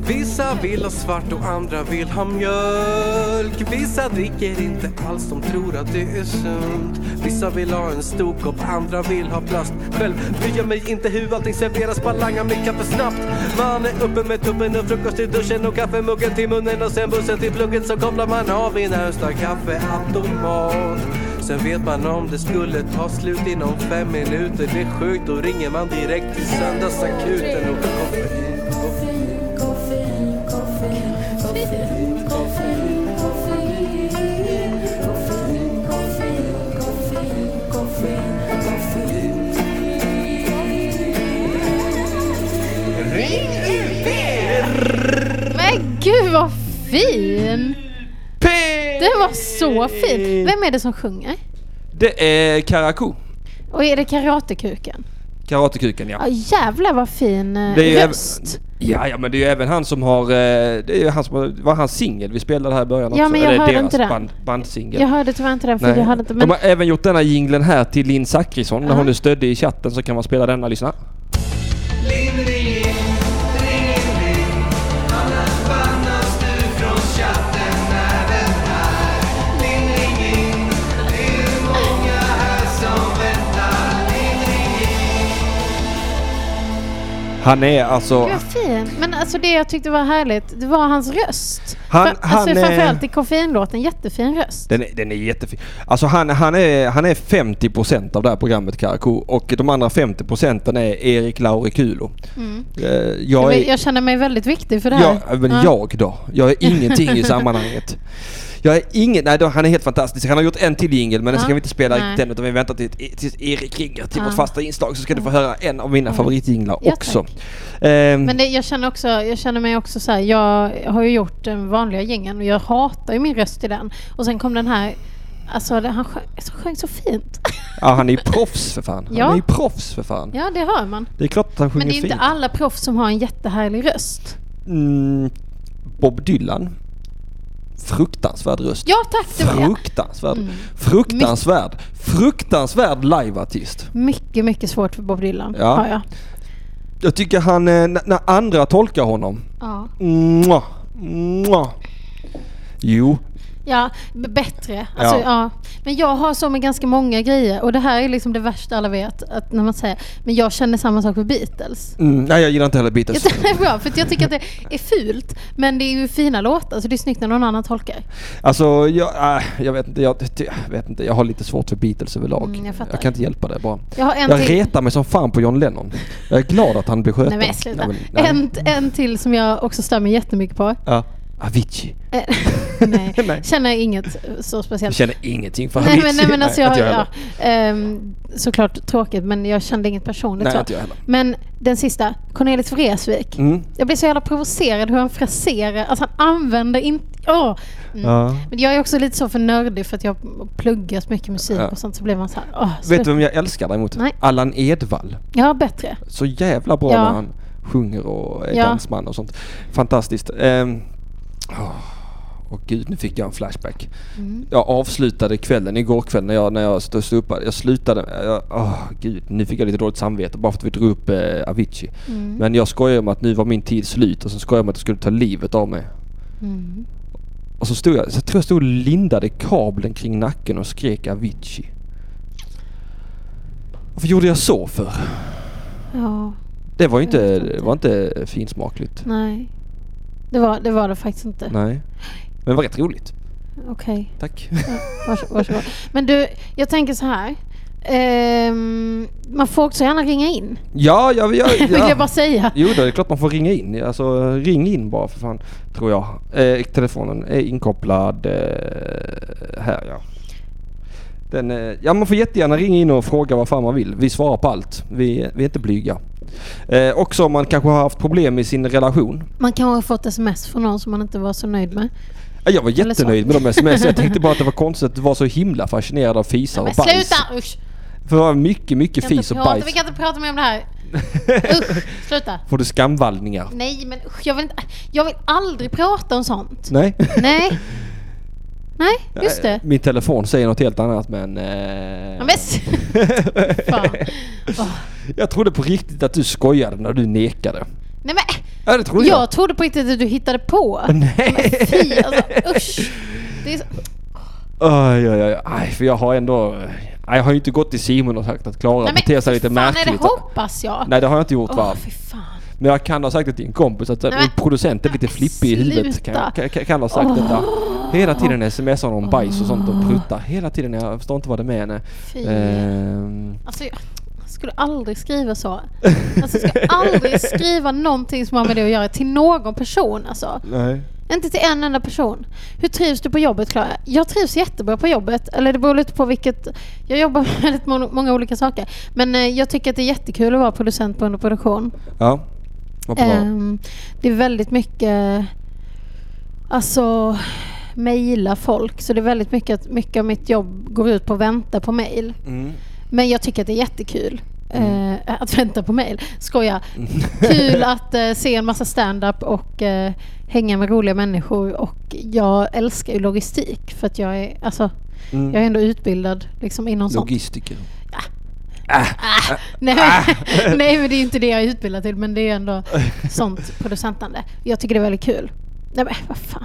Vissa vill ha svart och andra vill ha mjölk Vissa dricker inte alls, de tror att det är sunt Vissa vill ha en stor kopp, andra vill ha plast Själv bryr jag mig inte hur allting serveras, bara langar mitt kaffe snabbt Man är uppe med tuppen och frukost i duschen och kaffemuggen till munnen och sen bussen till plugget så kopplar man av i närmsta kaffeautomat Sen vet man om det skulle ta slut inom fem minuter Det är sjukt, då ringer man direkt till söndagsakuten och kommer hit
Men gud vad fin! Den var så fin. Vem är det som sjunger?
Det är Karakou.
Och är det karatekuken?
Karatekuken ja.
Ja jävlar vad fin eh,
Det är ju
röst.
Ja, ja men det är ju även han som har, eh, det är ju han som har, det var hans singel vi spelade här i början
Ja,
också.
men jag
Eller
hörde
deras
inte den.
band, bandsingel.
Jag hörde tyvärr inte den för
Nej.
Alltså, jag hade inte... Men
De har även gjort denna jingeln här till Linn Zachrisson. När hon nu stödde i chatten så kan man spela denna, lyssna. Han är alltså...
gud vad fin. Men alltså det jag tyckte var härligt, det var hans röst.
Han-
för,
han
alltså
är-
framförallt i koffeinlåten, jättefin röst.
Den är, den är jättefin. Alltså han, han, är, han är 50% av det här programmet Karakou och de andra 50% är Erik Laurikulo. Eh, Jag,
Jag,
är,
Mm. jag känner mig väldigt viktig för det här.
jag, men
Ja.
jag då? Jag är ingenting i sammanhanget. Jag är ingen, nej då, han är helt fantastisk. Han har gjort en till jingel men den
Ja.
ska vi inte spela
Nej.
riktigt än utan vi väntar till, tills Erik ringer till
Ja.
vårt fasta inslag så ska du få höra en av mina favoritjinglar
Ja,
också.
tack.
Ehm,
Men det, jag, känner också, jag känner mig också så här, jag har ju gjort den vanliga gängen och jag hatar ju min röst i den. Och sen kom den här, alltså det, han sjöng, alltså, sjöng så fint.
ja, han är ju proffs för fan. Han
Ja.
är ju proffs för fan.
ja, det hör man.
Det är klart att han sjunger
Men det är ju
fint.
inte alla proffs som har en jättehärlig röst.
Mm, Bob Dylan. Fruktansvärd röst.
Ja tack, det Mm. var jag.
Fruktansvärd. Fruktansvärd. Fruktansvärd liveartist.
Mycket, mycket svårt för Bob Dylan.
Ja.
Har jag.
Jag tycker han, eh, n- när andra tolkar honom.
Ja.
Mwah, mwah. Jo,
Ja, b- bättre. Alltså,
Ja.
ja. Men jag har så med ganska många grejer och det här är liksom det värsta alla vet. Att när man säger, men jag känner samma sak med Beatles.
Mm, nej, jag gillar inte heller Beatles.
Det är bra, för att jag tycker att det är fult. Men det är ju fina låtar, så det är snyggt när någon annan tolkar.
Alltså, jag, äh, jag, vet inte, jag, jag vet inte. Jag har lite svårt för Beatles överlag.
Mm, jag fattar.
kan inte hjälpa det bara.
Jag har en
jag
till.
retar mig som fan på John Lennon. Jag är glad att han blev sköten.
Nej men sluta.
Nej, men- nej.
En, en till som jag också stör mig jättemycket på.
Ja. Avicii.
Eh, nej.
Nej.
Känner inget eh, så
Jag
speciellt.
känner ingenting för
Nej
Avicii.
men, nej, men alltså jag,
inte
ja,
heller.
ehm, såklart tråkigt men jag kände inget personligt
Nej,
så.
inte jag heller.
Men den sista, Cornelis Vreeswijk.
Mm.
Jag blev så jävla provocerad hur han fraserar, alltså han använder inte... Åh! Mm.
Ja.
Men jag är också lite så för nördig för att jag pluggar så mycket musik
Ja.
och sånt så blir man så här, åh,
Vet
slut.
du vem jag älskar däremot?
Nej.
Allan Edwall.
Ja, bättre.
Så jävla bra
Ja.
när han sjunger och är
Ja.
dansman och sånt. Fantastiskt. Ehm, Åh och gud, nu fick jag en flashback.
Mm.
Jag avslutade kvällen igår kväll när jag, när jag stod stod uppe. Jag slutade... Jag, åh gud, nu fick jag lite dåligt samvete bara för att vi drog upp eh, Avicii.
Mm.
Men jag skojade om att nu var min tid slut och sen skojade jag om att jag skulle ta livet av mig.
Mm.
Och så stod jag, så jag tror jag stod och lindade kabeln kring nacken och skrek Avicii. Varför gjorde jag så för?
Ja,
Det var ju
Jag
inte,
vet inte.
det var inte finsmakligt.
nej. Det var det, var det faktiskt inte.
Nej. Men det var rätt roligt.
Okej.
Tack.
Vars- Varsågod. Men du, jag tänker så här. Ehm, man får också gärna ringa in.
Ja, ja, ja, ja.
Vill jag bara säga.
Jo då, det är klart man får ringa in. Alltså ring in bara för fan, tror jag. Eh, telefonen är inkopplad eh, här ja. Den, eh, ja man får jättegärna ringa in och fråga vad fan man vill. Vi svarar på allt. Vi, vi är inte blyga. Eh, också om man kanske har haft problem i sin relation.
Man kan ha fått sms från någon som man inte var så nöjd med.
Eh, Jag var
Eller så.
jättenöjd med de sms. Jag tänkte bara att det var konstigt att vara så himla fascinerad av fisar
Men
och bajs.
sluta! Usch!
För det var mycket, mycket
Kan inte
fis och
prata,
bajs.
vi kan inte prata mer om det här. Usch! Sluta!
Får du skamvallningar?
Nej men usch, jag vill, inte, jag vill aldrig prata om sånt.
Nej.
Nej. Nej, just det.
Min telefon säger något helt annat men... Eh...
Ja, men s- Fan. Åh.
Jag trodde på riktigt att du skojade när du nekade.
Nej men!
Ja, det trodde jag.
Jag trodde på riktigt att du hittade på.
Nej.
Fy alltså, usch! Det är så...
Aj, aj, aj, aj, för jag har ändå... Aj, jag har ju inte gått till Simon och sagt att Klara
Nej, men
beter sig
för
lite
fan, Nej,
märkligt.
det hoppas jag.
Nej, det har jag inte gjort
Åh,
va?
fy fan.
Men jag kan ha sagt det till en kompis att
Nej,
min
men-
producent är lite
Nej,
flippig i huvudet. Kan,
sluta.
kan, kan- kan ha sagt detta. Hela tiden smsar hon om bajs och sånt och pruttar. Hela tiden, jag förstår inte vad det är med henne.
Fy.
Ehm,
Alltså, jag jag skulle aldrig skriva så. Alltså, jag skulle aldrig skriva någonting som har med det att göra till någon person. Alltså.
nej.
Inte till en enda person. Hur trivs du på jobbet Klara? Jag trivs jättebra på jobbet. Eller det beror lite på vilket... Jag jobbar med väldigt må- många olika saker. Men eh, jag tycker att det är jättekul att vara producent på underproduktion.
Ja, vad bra.
Ehm, det är väldigt mycket, alltså mejla folk. Så det är väldigt mycket att mycket av mitt jobb går ut på att vänta på mejl.
Mm.
Men jag tycker att det är jättekul. eh, att vänta på mejl. Skoja. Kul att eh, se en massa stand-up och eh, hänga med roliga människor. Och jag älskar ju logistik för att jag är, alltså,
Mm.
jag är ändå utbildad liksom, inom sånt. Ah,
Logistiker.
Nej, men- nej men det är ju inte det jag är utbildad till men det är ändå sånt producentande. Jag tycker det är väldigt kul. Nej men vad fan.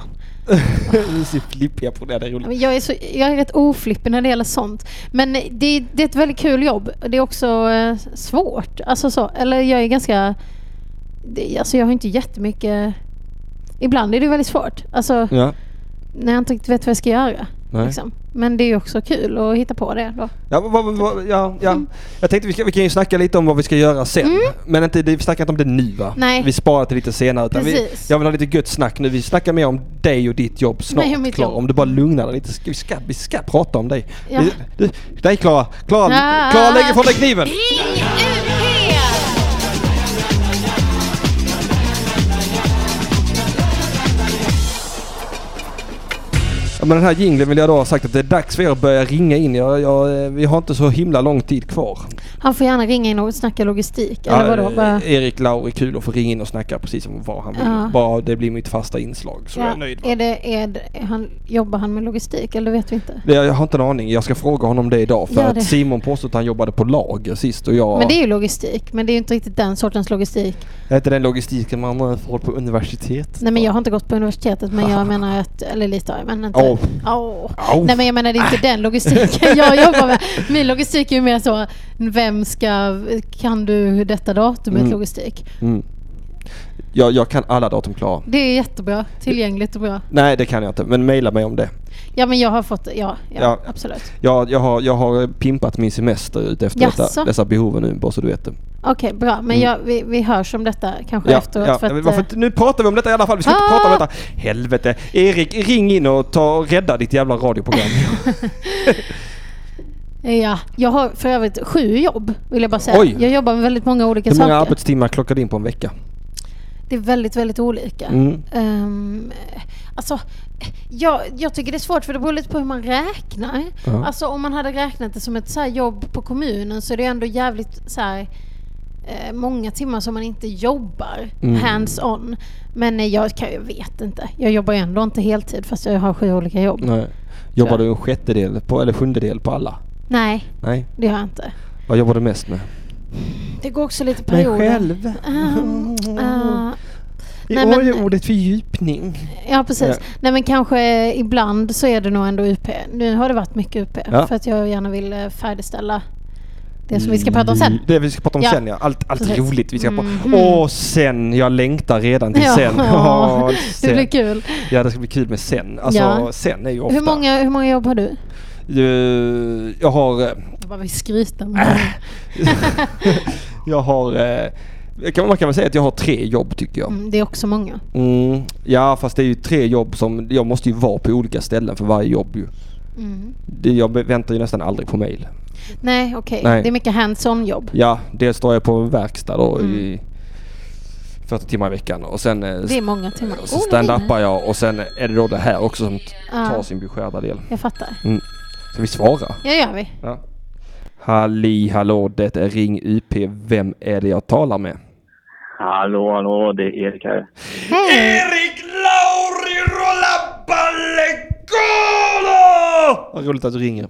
Du ser flippiga på det, det är roligt.
Nej, men Jag är, så, jag är rätt oflippig när det gäller sånt. Men det, det är ett väldigt kul jobb. Det är också eh, svårt. Alltså så, eller jag är ganska... Det, alltså jag har inte jättemycket... Ibland är det väldigt svårt. Alltså
Ja.
när jag inte riktigt vet vad jag ska göra.
Mm. Nej.
Liksom. Men det är ju också kul att hitta på det då.
Ja, vad- vad- vad- ja, ja.
Mm.
Jag tänkte vi, ska, vi kan ju snacka lite om vad vi ska göra sen. Men inte, det- vi snackar inte om det nu va?
Nej.
Vi sparar till lite senare. Utan vi,
Precis.
jag vill ha lite gött snack nu. Vi snackar mer om dig och ditt jobb snart.
Nej, om mitt
Klara.
jobb.
Om du bara lugnar dig lite. Ska, vi, ska, vi ska prata om dig.
Ja.
Vi- du- Nej Klara! Klara,
Ah.
Klara lägg ifrån dig kniven!
Ring UP!
Ja, men den här jingeln vill jag då ha sagt att det är dags för er att börja ringa in. Jag, jag, eh, vi har inte så himla lång tid kvar.
Han får gärna ringa in och snacka logistik.
Ja,
eller vadå? Bara-
eh, Erik Laur är kul att få ringa in och snacka precis om vad han vill.
Ja.
Bara det blir mitt fasta inslag så är jag nöjd.
Är det, är det, är han, jobbar han med logistik eller det vet vi inte?
Det- Jag har inte en aning. Jag ska fråga honom det idag. För
Gör det.
att Simon påstod att han jobbade på lager sist och jag...
Men det är ju logistik, men det är ju inte riktigt den sortens logistik.
Är inte den logistiken man får på universitet?
Nej men jag har inte gått på universitetet men jag menar att, eller lite har jag, men inte.
Åh Au.
Åh.
Au.
Nej men jag menar det är inte den logistiken jag jobbar med. Min logistik är ju mer så, vem ska, kan du detta datumet
Mm.
logistik?
Mm. Jag, jag kan alla datum klara.
Det är jättebra, tillgängligt och bra.
Nej, det kan jag inte. Men mejla mig om det.
Ja men jag har fått, ja, ja,
Ja.
absolut.
Jag, jag, har, jag har pimpat min semester ut efter
Jaså?
detta, dessa behov nu, bara så du vet det.
Okej bra, men
Mm.
jag, vi, vi hörs om detta kanske efteråt.
ja.
För att,
Varför,
eh,
inte- nu pratar vi om detta i alla fall. Vi ska
Ah!
inte prata om detta. Helvete. Erik, ring in och ta och rädda ditt jävla radioprogram.
eh, Ja, jag har för övrigt sju jobb vill jag bara säga.
Oj.
Jag jobbar med väldigt många olika
Hur många
saker.
arbetstimmar klockar du in på en vecka?
Det är väldigt, väldigt olika.
Mm.
Ehm, alltså, jag, jag tycker det är svårt för det beror lite på hur man räknar.
Ja.
Alltså om man hade räknat det som ett så här jobb på kommunen så är det ändå jävligt så här, eh, många timmar som man inte jobbar
Mm.
hands-on. Men eh, jag, kan, jag vet inte. Jag jobbar ju ändå inte heltid fast jag har sju olika jobb.
Nej. Jobbar du en sjättedel på, eller sjundedel på alla?
Nej,
Nej.
det har jag inte.
Vad jobbar du mest med?
Det går också lite perioder. Ehm, eh,
I
nej,
år
men-
är ordet fördjupning.
Ja precis.
Ja.
Nej men kanske ibland så är det nog ändå UP. Nu har det varit mycket UP
Ja.
för att jag gärna vill eh, färdigställa det som vi ska prata om sen.
Mm. Det vi ska prata om
Ja.
sen ja. Allt, allt
Precis.
roligt vi ska prata
Mhm.
Åh sen, jag längtar redan till
Ja.
sen. Åh,
Det
sen.
blir kul.
Ja det ska bli kul med sen. Alltså
Ja.
sen är ju ofta...
Hur många, hur många jobb har du?
Eh, Jag har... eh,
Jag bara vill skryta med
Äh. jag har... eh, Kan, man kan väl säga att jag har tre jobb tycker jag.
mm, Det är också många.
Mm, ja fast det är ju tre jobb som... Jag måste ju vara på olika ställen för varje jobb ju.
Mm.
Det- Jag väntar ju nästan aldrig på mail.
Nej okej,
Nej.
det är mycket hands-on jobb.
Ja, dels står jag på en verkstad då
Mm.
i 40 timmar i veckan och sen eh,
Det är många timmar.
Och så
Oh, nu vinner.
stand-upar jag och sen är det då det här också som t-
Ja.
tar sin beskärda del.
Jag fattar.
Ska vi svara?
Ja gör vi.
Ja. Halli hallå, det är Ring UP. Vem är det jag talar med?
Hallå, hallå, det är Erik här.
Hej!
Erik Lauri Rollaballegola! Vad roligt att du ringer.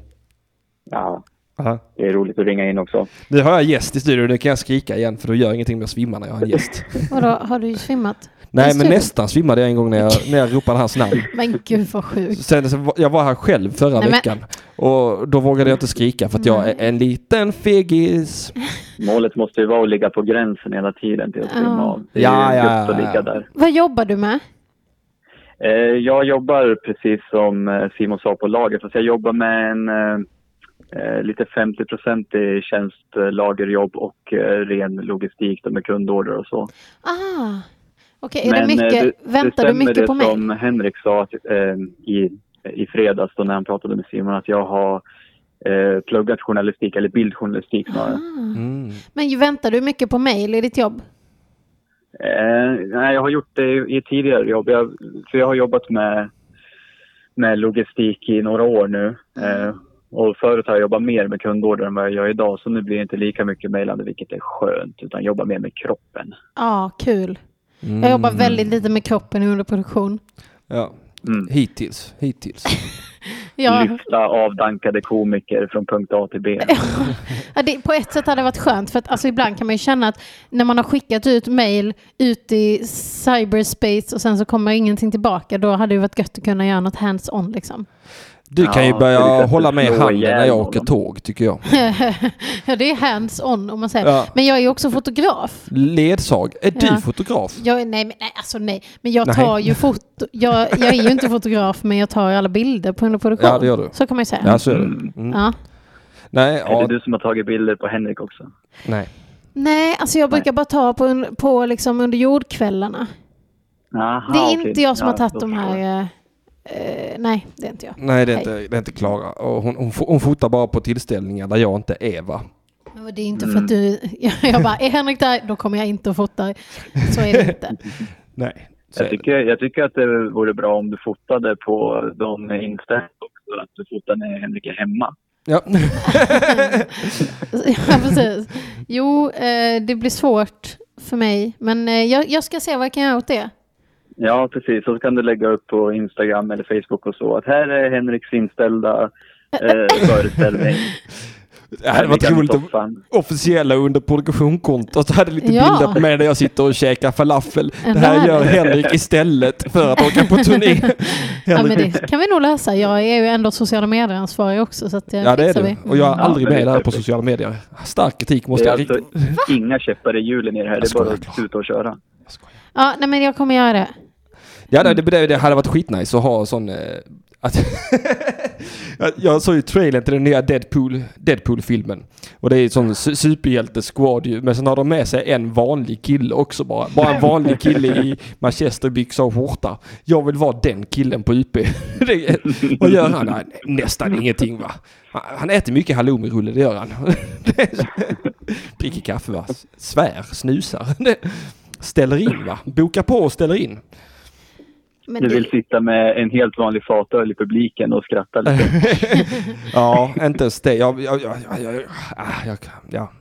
Ja,
Aha.
det är roligt att ringa in också.
Nu har jag gäst i studion, nu kan jag skrika igen för då gör ingenting om jag svimmar när jag har en gäst.
Vadå, har du svimmat?
Nej
Just
men
det.
nästan svimmade jag en gång när jag, när jag ropade hans namn.
Men gud vad sjukt.
Sen, så var- jag var här själv förra
Nej, men-
veckan och då vågade jag inte skrika för att jag är en liten fegis.
Målet måste ju vara att ligga på gränsen hela tiden till att
Ja.
svimma av. Det är
Ja,
ju
ja,
gött att
ja, ja.
ligga där.
Vad jobbar du med?
Eh, Jag jobbar precis som eh, Simon sa på lager, fast jag jobbar med en eh, eh, lite 50 i tjänst, eh, lagerjobb och eh, ren logistik då med kundorder och så.
Ah, okej. är det
Men, eh,
mycket, väntar du
stämmer
mycket på
det
mig?
som Henrik sa att, eh, i, i fredags då när han pratade med Simon att jag har eh, pluggat journalistik, eller bildjournalistik snarare.
Ah.
Mm.
Men ju väntar du mycket på mejl i ditt jobb?
Eh, nej, jag har gjort det i ett tidigare jobb. Jag, för jag har jobbat med, med logistik i några år nu.
Mm.
Eh, och förut har jag jobbat mer med kundorder än vad jag gör idag. Så nu blir det inte lika mycket mejlande, vilket är skönt. Utan jobbar mer med kroppen.
Ja, kul. Jag jobbar
Mm.
väldigt lite med kroppen i underproduktion.
Ja.
Mm.
Hittills, hittills.
Ja,
Lyfta avdankade komiker från punkt A till B.
ja, det, på ett sätt hade det varit skönt för att alltså, ibland kan man ju känna att när man har skickat ut mejl ut i cyberspace och sen så kommer ingenting tillbaka då hade det ju varit gött att kunna göra något hands-on liksom.
Du kan ju
Ja, det är
börja
lite
hålla med i
slå
handen
ihjäl
när jag
honom.
åker tåg tycker jag.
Ja, det är hands-on om man säger.
Ja.
Men jag är ju också fotograf.
Ledsag. Är
Ja.
du fotograf?
Jag, nej, men, nej, alltså nej. Men jag tar
Nej.
ju foto. Jag, jag är ju inte fotograf men jag tar alla bilder på underproduktion.
Ja, det gör du.
Så kan man ju säga.
Ja, så är det.
Mm.
Mm.
Ja.
Nej,
Är det
ja,
du som har tagit bilder på Henrik också?
nej.
Nej, alltså jag brukar bara ta på, un- på liksom under jordkvällarna.
Aha,
det är
Ah, okej.
inte jag som
Ja,
har tagit
då
de
förstår jag.
här... eh, eh, nej, det är inte jag.
Nej, det är
Hej.
inte, det är inte Klara. Och Hon, hon, fo- hon fotar bara på tillställningar där jag inte är va?
Och det är inte för att du... Jag bara, är Henrik där, då kommer jag inte att fota. Så är det inte.
Nej. Så
Jag
är det.
tycker, jag tycker att det vore bra om du fotade på de inställda också. Att du fotar när Henrik är hemma.
Ja.
ja, precis. Jo, eh, det blir svårt för mig. Men eh, jag, jag ska se vad jag kan göra åt det.
Ja, precis. Så kan du lägga upp på Instagram eller Facebook och så. Att här är Henriks inställda eh, föreställning.
Det hade varit
Ligga med
roligt om
soffan.
officiella under produktionkontot hade lite
Ja.
bilder på mig där jag sitter och käkar falafel.
En
Det här
värld.
gör Henrik istället för att åka på turné.
Ja, men
Henrik-
det kan vi nog lösa. Jag är ju ändå sociala medier-ansvarig också. Så att det
Ja det är
fixar
du.
vi. Mm.
Och jag är
Ja,
aldrig
men det
med
är
där på
perfekt.
sociala medier. Stark kritik måste
Det
jag
är
Alltså,
alltså
rikta.
inga käppar i hjulen i det här. Det är bara
skojar
att sluta och köra.
Ja, nej, men jag kommer göra det.
Ja, det, det, det hade varit skitnice att ha en sån... Eh, att Jag- jag såg ju trailern till den nya Deadpool, Deadpool-filmen. Och det är ju sån su- superhjälte-squad ju. Men sen har de med sig en vanlig kille också bara. Bara en vanlig kille i manchesterbyxor och skjorta. Jag vill vara den killen på UP. Det är- Vad gör han? Nej, Nästan ingenting va? Han- Han äter mycket halloumirulle, det gör han. Det är- Dricker kaffe va? Svär, snusar. Det- Ställer in va? Bokar på och ställer in.
Men
Du vill sitta med en helt vanlig fatöl i publiken och skratta lite.
Ja, inte ens det. Jag, jag, jag, jag, jag, ah, jag, ja.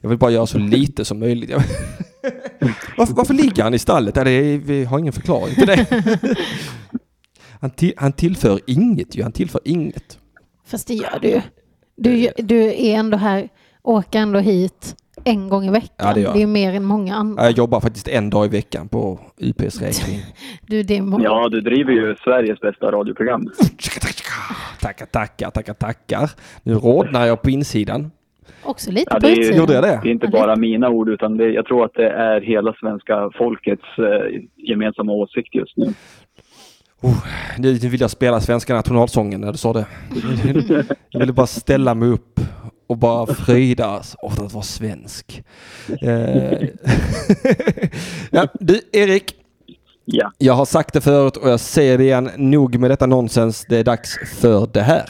jag vill bara göra så lite som möjligt. Jag- Varför, varför ligger han i stallet? Ja, det är, vi har ingen förklaring till det. Han, till, han tillför inget ju. Han tillför inget.
Fast det gör du ju. Du, du är ändå här, åker ändå hit en gång i veckan.
Ja, det gör jag.
är ju mer än många andra.
Ja, Jag jobbar faktiskt en dag i veckan på UPs räkning.
Du, det är må-
Ja, du driver ju Sveriges bästa radioprogram.
Tackar, tackar, tackar, tackar. Nu rodnar jag på insidan.
också lite
Ja,
på
det är ju-
utsidan.
Gjorde jag det?
Det är inte bara mina ord, utan det, jag tror att det är hela svenska folkets eh, gemensamma åsikt just nu.
Oh, nu vill jag spela svenska nationalsången när du sa det. Jag ville bara ställa mig upp och bara fröjdas åt att vara svensk. Eh, ja, du, Erik.
Ja.
Jag har sagt det förut och jag säger det igen. Nog med detta nonsens. Det är dags för det här.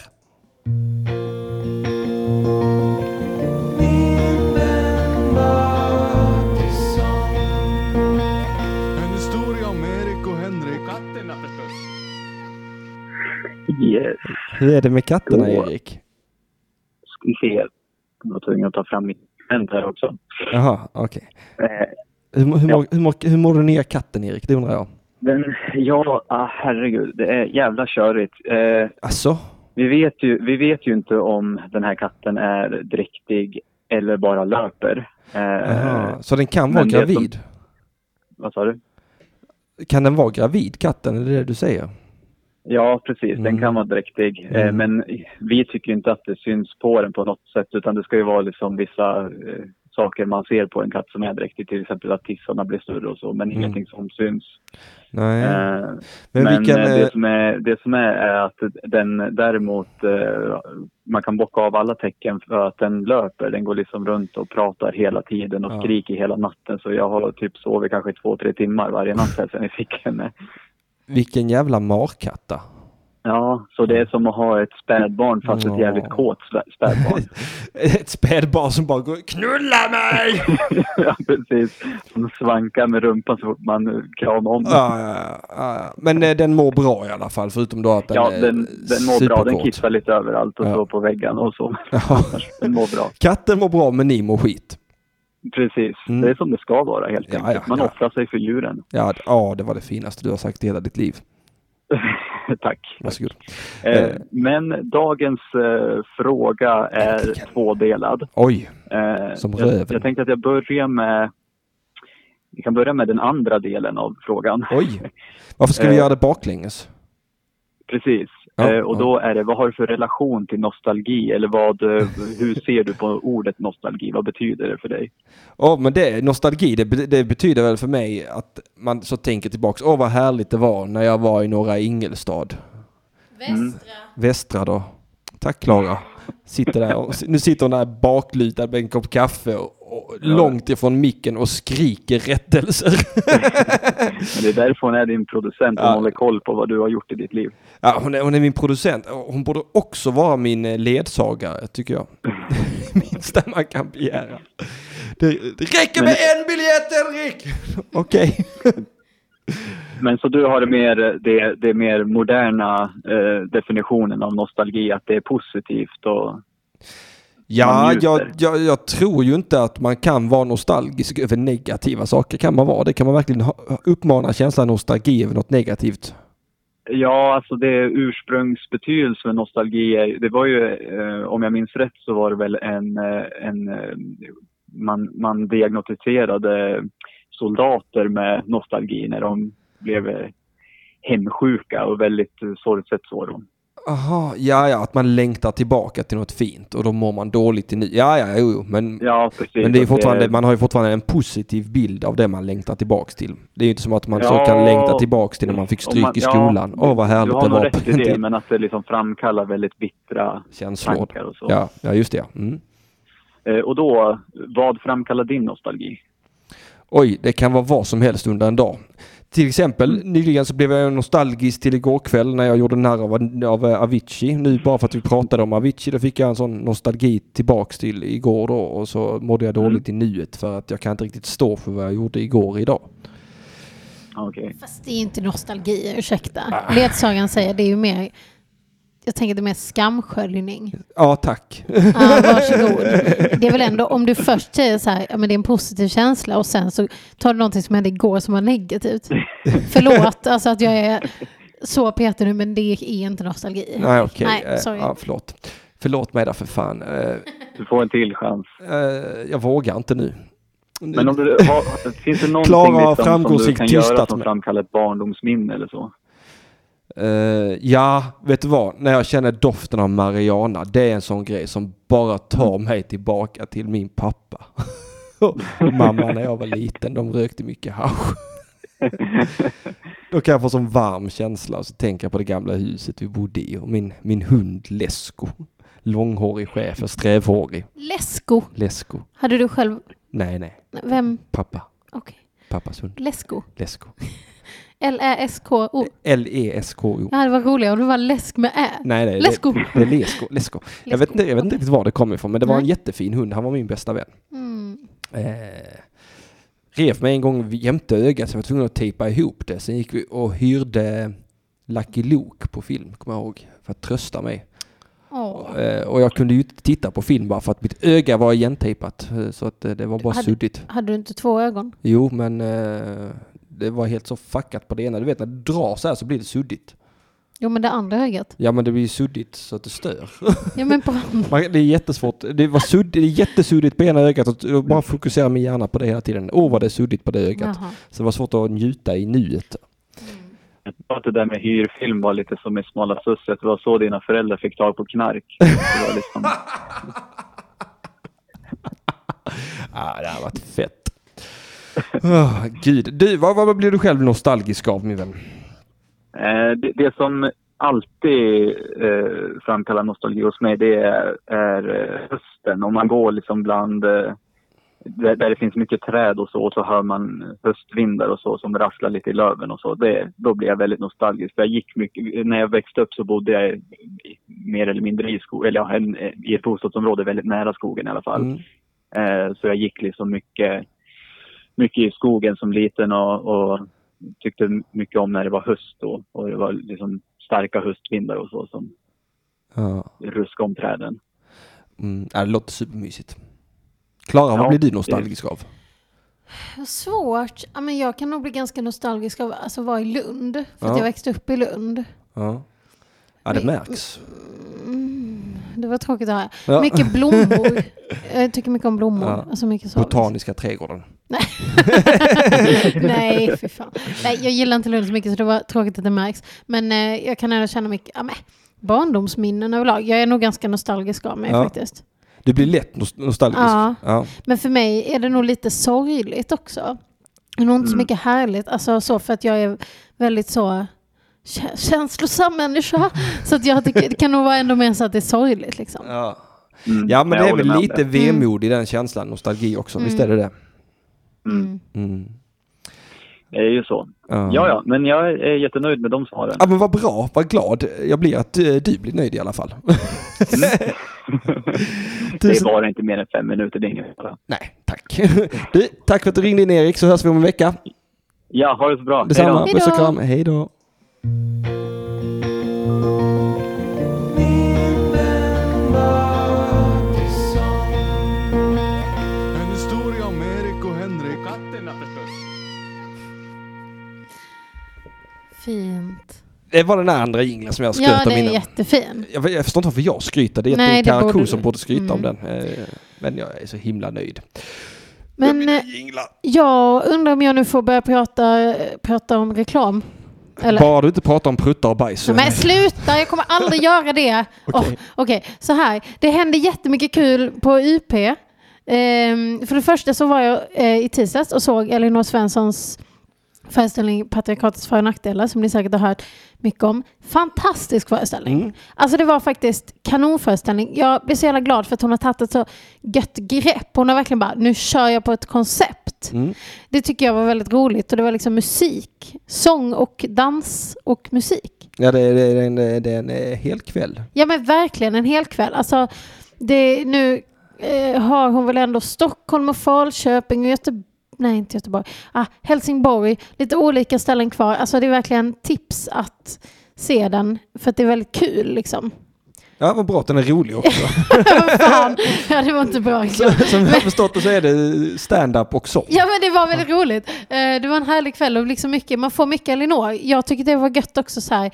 En historia om Erik och Henrik. Katterna förstås.
Yes.
Hur är det med katterna,
Åh.
Erik?
Ska vi se. Jag var tvungen att ta fram mitt dokument här också.
Jaha, okej.
Eh,
Hur, mår- hur, mår- hur, mår- hur mår du ner katten, Erik? Det undrar jag.
men ja, ah, herregud. Det är jävla körigt. Eh,
Alltså?
vi, vet ju, vi vet ju inte om den här katten är dräktig eller bara löper. Eh,
Jaha. Så den kan vara
men det är som-
gravid?
vad sa du?
Kan den vara gravid, katten? Är det det du säger?
Ja, precis.
Mm.
Den kan vara dräktig. Eh,
Mm.
men vi tycker ju inte att det syns på den på något sätt. Utan det ska ju vara liksom vissa eh, saker man ser på en katt som är dräktig. Till exempel att tissarna blir större och så. Men
Mm.
ingenting som syns.
Nej.
Eh,
Mm. Men
Men,
vilken,
eh,
eh,
det, som är, det som är är att den däremot, eh, man kan bocka av alla tecken för att den löper. Den går liksom runt och pratar hela tiden och
Ja.
skriker hela natten. Så jag har typ sovit kanske två, tre timmar varje natt här sedan vi fick henne.
Vilken jävla markatta.
Ja, så det är som att ha ett spädbarn fast
Ja.
ett jävligt kåt spä- spädbarn.
Ett spädbarn som bara går knulla mig!
ja, precis. Som svankar med rumpan så fort man kramar om den.
Ja, ja, ja. Men eh, den mår bra i alla fall förutom då att den
Ja,
är
den, den mår bra. Den
superkort.
kissar lite överallt och
Ja.
så på väggarna och så.
Ja.
Den mår bra.
Katten mår bra men ni mår skit.
Precis.
Mm.
Det är som det ska vara helt
Ja,
enkelt.
ja,
Man
ja.
offrar sig för djuren.
Ja, d- ja, det var det finaste du har sagt i hela ditt liv.
Tack.
Varsågod.
Eh,
Eh.
men dagens eh, fråga är tvådelad.
Oj,
Eh,
Som röven.
jag, jag tänkte att jag börjar med... Vi kan börja med den andra delen av frågan.
oj. Varför ska vi
Eh.
göra det baklänges?
Precis.
Ja,
eh, och
ja.
då är det, vad har du för relation till nostalgi? Eller vad, eh, hur ser du på ordet nostalgi? Vad betyder det för dig?
Ja, men det, nostalgi, det, be- det betyder väl för mig att man så tänker tillbaks. Åh, vad härligt det var när jag var i norra Ingelstad.
Västra.
Västra då. Tack Klara. Sitter där och, nu sitter hon där baklutad med en kopp kaffe och, och långt ifrån micken och skriker rättelser.
Men det är därför hon är din producent och
Ja.
håller koll på vad du har gjort i ditt liv.
Ja, hon, är, hon är min producent. Hon borde också vara min eh, ledsagare, tycker jag. Minsta man kan begära. Det, det räcker med en biljett, Henrik! Okej.
Men så du har det mer, det, det mer moderna eh, definitionen av nostalgi, att det är positivt och...
Ja,
Man njuter.
jag, jag, jag tror ju inte att man kan vara nostalgisk över negativa saker. Kan man vara det? Kan man verkligen ha, uppmana känslan nostalgi över något negativt?
Ja, alltså det är ursprungsbetydelse med nostalgi. är- Det var ju, eh, om jag minns rätt, så var det väl en... eh, en eh, man, man diagnostiserade soldater med nostalgi när de blev eh, hemsjuka och väldigt eh, sorgset så. Då.
Aha, ja, ja, att man längtar tillbaka till något fint och då mår man dåligt i nu. Ja, ja, jo, jo, men,
Ja, precis.
men det är
Och
fortfarande, man har ju fortfarande en positiv bild av det man längtar tillbaks till. Det är ju inte som att man så
Ja.
kan längta tillbaks till när man fick
Om
stryk i
ja,
skolan. Åh, vad härligt
Du
det
har
var
nog
på
rätt i
den
det,
tiden.
men att det liksom framkallar väldigt bittra
Känslor.
tankar och så.
Ja, ja, just det. ja. Mm.
Eh, Och då, vad framkallar din nostalgi?
Oj, det kan vara vad som helst under en dag. Till exempel,
Mm.
nyligen så blev jag nostalgisk till igår kväll när jag gjorde narr av, av eh, Avicii. Nu bara för att vi pratade om Avicii, då fick jag en sån nostalgi tillbaks till igår då och så mådde jag
Mm.
dåligt i nuet för att jag kan inte riktigt stå för vad jag gjorde igår idag.
Okej.
Fast det är ju inte nostalgi, ursäkta.
Ah.
Ledsagan säger det är ju mer, jag tänker det är mer skamsköljning.
Ja, tack.
Ja, varsågod. Det är väl ändå om du först säger så här, ja men det är en positiv känsla och sen så tar du någonting som hände igår som var negativt. Förlåt, alltså att jag är så petig nu men det är inte nostalgi.
Nej, okej. Eh,
Nej, sorry.
Ja, förlåt. Förlåt mig där för fan. Eh,
Du får en till chans.
eh, Jag vågar inte nu.
Men om du, har, finns det någonting
Mm. Klara har
liksom som du
framgångsrikt
kan göra
tystat
som
mig.
framkallar ett barndomsminne eller så?
Eh, ja, vet du vad? När jag känner doften av Mariana, det är en sån grej som bara tar mig tillbaka till min pappa. Och Mamma när jag var liten, de rökte mycket hasch. Då kan jag få sån varm känsla och så tänker jag på det gamla huset vi bodde i och min, min hund Lesko. Långhårig schäfer, strävhårig.
Lesko,
Lesko.
hade du själv,
Nej, nej.
vem,
Pappa.
okej,
Pappas hund.
Lesko,
Lesko. E
L-Ä-S-K-O.
L-E-S-K-O.
Ja, det var roligt om det var läsk med Ä.
Nej, nej.
Lesko.
Det, det är Lesko. Lesko. Jag vet, inte, jag vet inte riktigt var det kom ifrån, men det var en
Nej.
jättefin hund. Han var min bästa vän.
Mm.
Eh, rev mig en gång jämte ögat så jag var tvungen att tejpa ihop det. Sen gick vi och hyrde Lucky Luke på film, kommer jag ihåg, för att trösta mig.
Åh.
Eh, och jag kunde ju inte titta på film bara för att mitt öga var igentejpat. eh, Så att eh, det var bara
Hade-
suddigt.
Hade du inte två ögon?
Jo, men eh, det var helt så fuckat på det ena. Du vet, när du drar så här så blir det suddigt.
Jo, men det andra ögat.
Ja, men det blir ju suddigt så att det stör.
Ja, men på
Man, det är jättesvårt. Det, var sudd, det är jättesuddigt på ena ögat och jag bara fokusera min hjärna på det hela tiden. Åh vad det är suddigt på det ögat.
Jaha.
Så det var svårt att njuta i nuet.
Jag tror att det där med hyrfilm var lite som i Smala susset. Det var så dina föräldrar fick tag på knark. Det var liksom,
Ah, det har varit fett. Oh, Gud. Du, vad, vad blir du själv nostalgisk av min vän?
eh, det, det som alltid eh, framkallar nostalgi hos mig det är, är eh, hösten. Om man går liksom bland eh, där, där det finns mycket träd och så och så hör man höstvindar och så som rasslar lite i löven och så. Det, då blir jag väldigt nostalgisk. För jag gick mycket, när jag växte upp så bodde jag i- mer eller mindre i skog, eller ja, en, i ett bostadsområde väldigt nära skogen i alla fall.
Mm.
Eh, så jag gick liksom mycket, mycket i skogen som liten och, och tyckte mycket om när det var höst då. Och det var liksom starka höstvindar och så som
Ja.
ruskade om träden.
Mm. Ja, det låter supermysigt. Klara, vad
Ja,
blir du nostalgisk av?
Svårt. Ja, men jag kan nog bli ganska nostalgisk av alltså, att vara i Lund. För
Ja.
att jag växte upp i Lund.
Ja, ja det
Nej.
märks.
Mm. Det var tråkigt att höra.
Ja.
Mycket blommor. jag tycker mycket om blommor.
Ja.
Alltså mycket så.
Botaniska trädgården.
Nej, fy fan. Nej, jag gillar inte Lund så mycket så det var tråkigt att det märks. Men eh, jag kan ändå känna mycket, ja, men, barndomsminnen överlag. Jag är nog ganska nostalgisk av mig
Ja.
faktiskt.
Du blir lätt nos- nostalgisk.
Ja.
Ja.
Men för mig är det nog lite sorgligt också. Det är nog
Mm.
inte så mycket härligt. Alltså så för att jag är väldigt så kä- känslosam människa. Så att jag tycker, det kan nog vara ändå mer så att det är sorgligt liksom.
Ja.
Mm,
ja, men
jag
det är
håller
väl
med om
lite vemod i den känslan, nostalgi också. Visst är det det?
Mm.
Mm.
Det är ju så.
Ja.
Ja, ja, men jag är jättenöjd med de svaren.
Ja men vad bra, vad glad jag blir att eh, du blir nöjd i alla fall.
Det
Tusen...
var inte mer än fem minuter, det är ingen fara.
Nej, tack. Du, tack för att du ringde in Erik så hörs vi om en vecka.
Ja, ha det så bra. Hej då.
Detsamma,
Hej då.
puss och kram, hej då.
En historia om Erik och Henrik. Katterna förstås.
Fint.
Det var den andra jingeln som jag skröt
Ja,
om
den är
innan.
jättefin.
Jag, jag förstår inte varför jag skryter. Det är
Nej,
Nej,
det borde
Karakou
du.
som borde skryta om
Mm.
den. Eh, Men jag är så himla nöjd.
Men eh, jag undrar om jag nu får börja prata, prata om reklam. Eller?
Bara du inte pratar om pruttar och bajs. så-
Nej, Men sluta, jag kommer aldrig göra det. Åh, Okej, så här. Det hände jättemycket kul på UP. Ehm, för det första så var jag eh, i tisdags och såg Elinor Svenssons föreställning Patriarkatets för och nackdelar som ni säkert har hört mycket om. Fantastisk föreställning. Alltså det var faktiskt kanonföreställning. Jag blev så jävla glad för att hon har tagit ett så gött grepp. Hon har verkligen bara, nu kör jag på ett koncept. Det tycker jag var väldigt roligt och det var liksom musik, sång och dans och musik.
Ja, det, det, det, det, det är en eh, hel kväll.
Ja men verkligen en hel kväll. Alltså, det, nu eh, har hon väl ändå Stockholm och Falköping och Göteborg. Nej, inte Göteborg. Ah, Helsingborg. Lite olika ställen kvar. Alltså det är verkligen tips att se den. För att det är väldigt kul liksom.
Ja, vad bra att den är rolig också.
Vad Fan, ja, det var inte bra. Liksom.
som jag har förstått det så är det stand-up och sång.
Ja men det var väldigt roligt. Eh, Det var en härlig kväll och liksom mycket, man får mycket Elinor. Jag tycker det var gött också så här.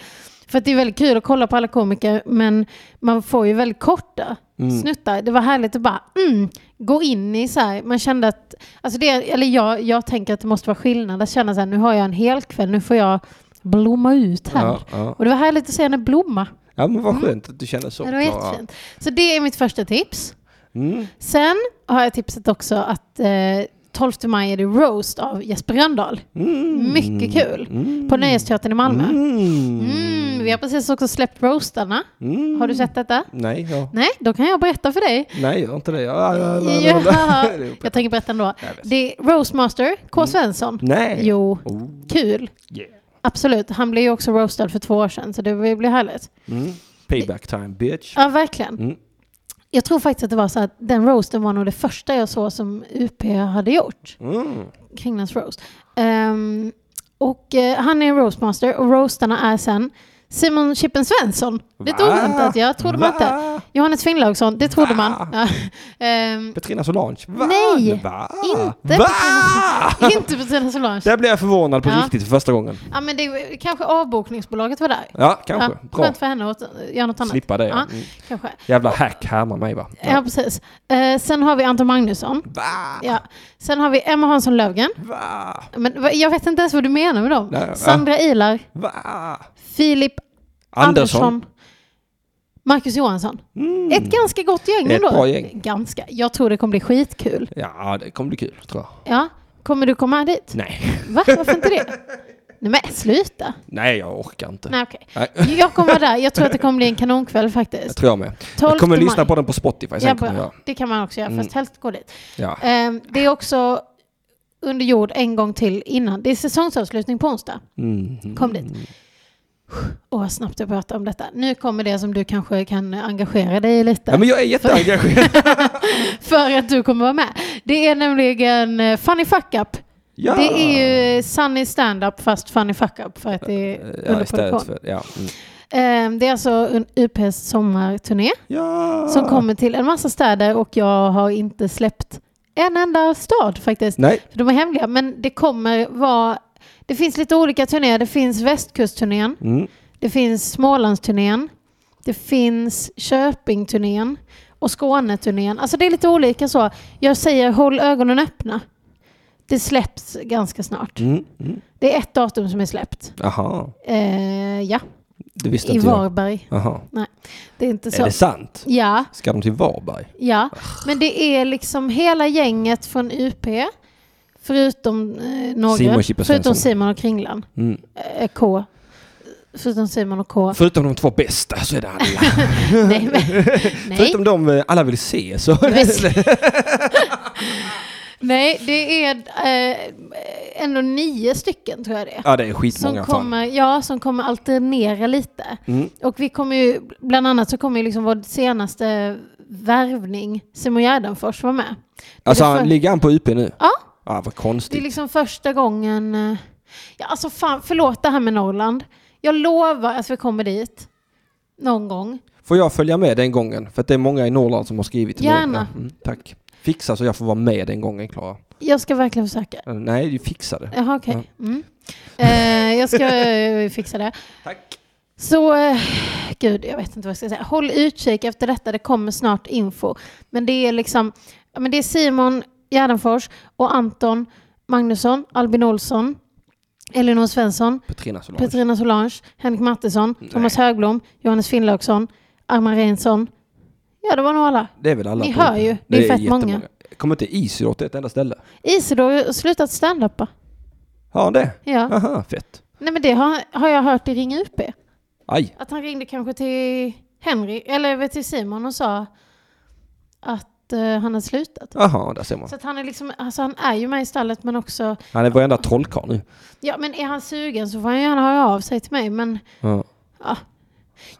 För att det är väldigt kul att kolla på alla komiker men man får ju väldigt korta snuttar. Det var härligt att bara mm, gå in i så här. Man kände att, alltså det, eller jag, jag tänker att det måste vara skillnad att känna så här, nu har jag en hel kväll, nu får jag blomma ut här.
Ja, ja.
Och det var härligt att se henne blomma.
ja men vad skönt att du känner så.
Mm. Ja, det var
Klara.
jättefint. Så det är mitt första tips.
Mm.
Sen har jag tipsat också att eh, 12 maj är det roast av Jesper Rönndahl. Mycket kul. På Nöjesteatern i Malmö. Mm.
Mm.
vi har precis också släppt roastarna.
Mm.
Har du sett detta?
Nej, ja.
Nej, då kan jag berätta för dig.
Nej, gör inte det. Ja, ja, ja, ja,
Ja,
Det är uppe.
jag tänker berätta ändå.
Jag vet. Mm.
Det är Roastmaster, K. Svensson.
Nej.
Jo,
Oh,
kul.
yeah.
Absolut, han blev ju också roastad för två år sedan så det blir härligt.
Mm. Payback time, bitch.
Ja, verkligen.
Mm.
Jag tror faktiskt att det var så att den roasten var nog det första jag såg som UP hade gjort.
Mm.
Kringlands roast. Ehm, och eh, han är en roastmaster och roastarna är sen Simon Chippen Svensson. Lite
Va?
oväntat, jag trodde man inte.
Va?
Johannes Finnlaugsson, det trodde man. Ja. Ehm,
Petrina Solange? Va?
Nej,
Va?
inte
Va?
inte Petrina Solange.
Där blev jag förvånad på
Ja.
riktigt för första gången.
Ja, men det, kanske avbokningsbolaget var där.
Ja, kanske.
Ja,
Bra.
skönt för henne att eh, göra något annat.
Slippa det.
Ja,
Ja. Mm.
kanske.
Jävla hack härmar mig va?
Ja, precis. Eh, sen har vi Anton Magnusson.
Va?
Ja. Sen har vi Emma Hansson Löfgren.
Va?
Men va- jag vet inte ens vad du menar med dem.
Nej, va?
Sandra Ilar,
Va?
Filip Andersson,
Andersson? Mm.
Marcus Johansson. Ett ganska gott gäng
Ett
ändå.
bra gäng.
Ganska. Jag tror det kommer bli skitkul.
Ja, det kommer bli kul tror jag.
Ja. Kommer du komma dit?
Nej.
Va? Varför inte det? Nej men sluta.
Nej, jag orkar inte.
Nej okej.
Nej.
Jag kommer vara där. Jag tror att det kommer bli en kanonkväll
Jag
faktiskt.
tror jag med.
12
Jag kommer
maj.
lyssna på den på Spotify sen.
Ja,
kommer Mm.
bra.
jag.
det kan man också göra, fast helst gå dit.
Ja.
Ehm, Det är också under jord en gång till innan. Det är säsongsavslutning på onsdag.
Mm.
Kom dit. Åh, vad snabbt jag pratar om detta. Nu kommer det som du kanske kan engagera dig i lite.
ja, men jag är jätteengagerad.
För att du kommer vara med. Det är nämligen eh, Funny Fuck Up.
Ja.
Det är ju eh, Sunny Stand-Up fast Funny Fuck Up för att det är
Ja,
under
istället
produktion.
för... Ja. Mm.
Ehm, Det är alltså en UPs sommarturné
ja.
som kommer till en massa städer och jag har inte släppt en enda stad faktiskt.
Nej.
För de är hemliga. Men det kommer vara... Det finns lite olika turnéer. Det finns västkustturnén.
Mm.
Det finns Smålandsturnén. Det finns Köpingturnén. Och Skåneturnén. Alltså det är lite olika så. Jag säger håll ögonen öppna. Det släpps ganska snart.
Mm. Mm.
Det är ett datum som är släppt.
Aha.
Eh, ja,
Det visste
i
inte jag.
Varberg.
Aha.
Det är inte
Är
så.
det sant?
Ja,
Ska de till Varberg?
ja. Men det är liksom hela gänget från UP. Förutom eh, några.
Simon Chippen
förutom
Svensson.
Simon och Kringlan.
Mm.
eh, K. Förutom Simon och K.
Förutom de två bästa så är det alla.
Nej, men, nej,
Förutom de eh, alla vill se så...
nej, det är eh, ändå nio stycken tror jag det är.
ja, det är skitmånga
Som
fan.
kommer, ja, som kommer alternera lite.
Mm.
Och vi kommer ju, bland annat så kommer ju liksom vår senaste värvning, Simon Gärdenfors, vara med.
Alltså,
Det är för-
han, ligger han på UP nu?
Ja.
Ja, vad
Det är
konstigt.
liksom första gången... eh, Ja, alltså fan, förlåt det här med Norrland. Jag lovar att vi kommer dit. Någon gång.
Får jag följa med den gången? För att det är många i Norrland som har skrivit till
Gärna.
mig. Ja, Mm, tack. Fixa så jag får vara med den gången, Klara.
Jag ska verkligen försöka.
Eh, Nej, du fixar det.
Jaha, okej. Mm. Eh, jag ska eh, fixa det.
Tack.
Så, eh, gud, jag vet inte vad jag ska säga. Håll utkik efter detta, det kommer snart info. Men det är liksom, ja, men det är Simon Gärdenfors och Anton Magnusson, Albin Olsson, Elinor Svensson,
Petrina Solange.
Petrina Solange, Henrik Mattisson, Thomas Högblom, Johannes Finnlaugsson, Arman Reinsson. Ja, det var nog alla.
Det är väl alla.
Ni
på-
hör ju, det är fett
jättemånga.
många.
Kommer inte Isidor till ett enda ställe?
Isidor har slutat standupa.
Har han det?
Ja.
Aha, fett.
Nej, men det har, har jag hört i Ring UP.
Aj.
Att han ringde kanske till Henry, eller till Simon och sa att eh, han hade slutat.
Aha, där ser man.
Så att han är liksom, alltså han är ju med i stallet men också,
Han är varenda trollkarl nu.
ja men är han sugen så får han gärna höra av sig till mig men
Ja.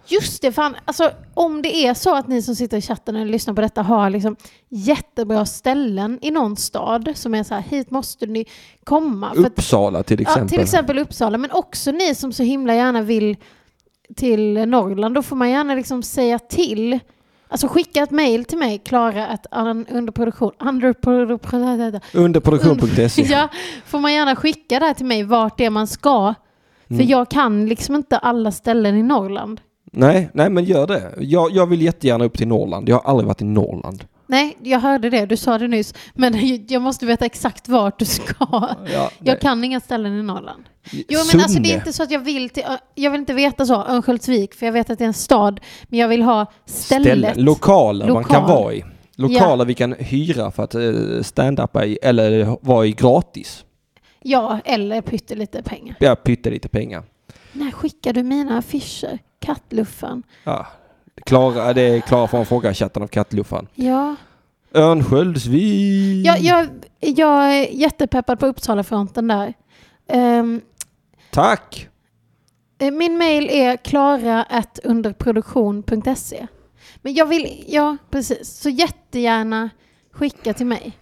Just det, fan. Alltså, om det är så att ni som sitter i chatten och lyssnar på detta har liksom jättebra ställen i någon stad som är så här, hit måste ni komma. För att-
Uppsala till exempel.
Ja, till exempel Uppsala, men också ni som så himla gärna vill till Norrland, då får man gärna liksom säga till. Alltså skicka ett mejl till mig, klara att underproduktion, underproduktion,
Underproduktion.se.
Ja, får man gärna skicka det här till mig vart det är man ska. För
Mm.
jag kan liksom inte alla ställen i Norrland.
Nej, nej men gör det. Jag, jag vill jättegärna upp till Norrland. Jag har aldrig varit i Norrland.
Nej, jag hörde det. Du sa det nyss. Men jag måste veta exakt vart du ska.
Ja, nej.
Jag kan inga ställen i Norrland. Jo, men alltså det är inte så att jag vill till, Jag vill inte veta så, Örnsköldsvik, för jag vet att det är en stad. Men jag vill ha stället.
Ställen, lokaler man kan
Lokal.
vara i. Lokaler vi kan hyra för att eh, stand-upa i eller vara i gratis.
Ja, eller pyttelite pengar.
Jag pyttar lite pengar.
När skickar du mina affischer? Kattluffen.
Ja. Klara, det är Klara från Fråga i chatten av Kattluffan.
Ja.
Örnsköldsvik.
Jag, jag, jag är jättepeppad på Uppsalafronten där. Ehm,
Tack!
Eh, Min mail är klara.underproduktion.se. Men jag vill, ja precis, så jättegärna skicka till mig.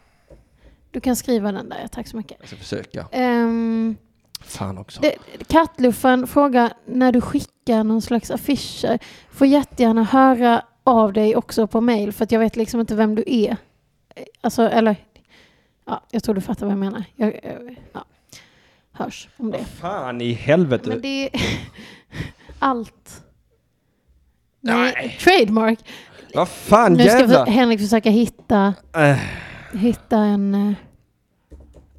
Du kan skriva den där, tack så mycket.
Jag ska försöka.
Um,
Fan också.
det, kattluffen frågar när du skickar någon slags affischer. Får jättegärna höra av dig också på mail för att jag vet liksom inte vem du är. Eh, Alltså, eller, ja, jag tror du fattar vad jag menar. Jag, eh, ja, hörs om det.
Fan i helvete.
Men det är allt. Nej. Trademark.
Vad fan
nu ska
jävlar.
för- Henrik försöka hitta,
Äh.
hitta en... eh,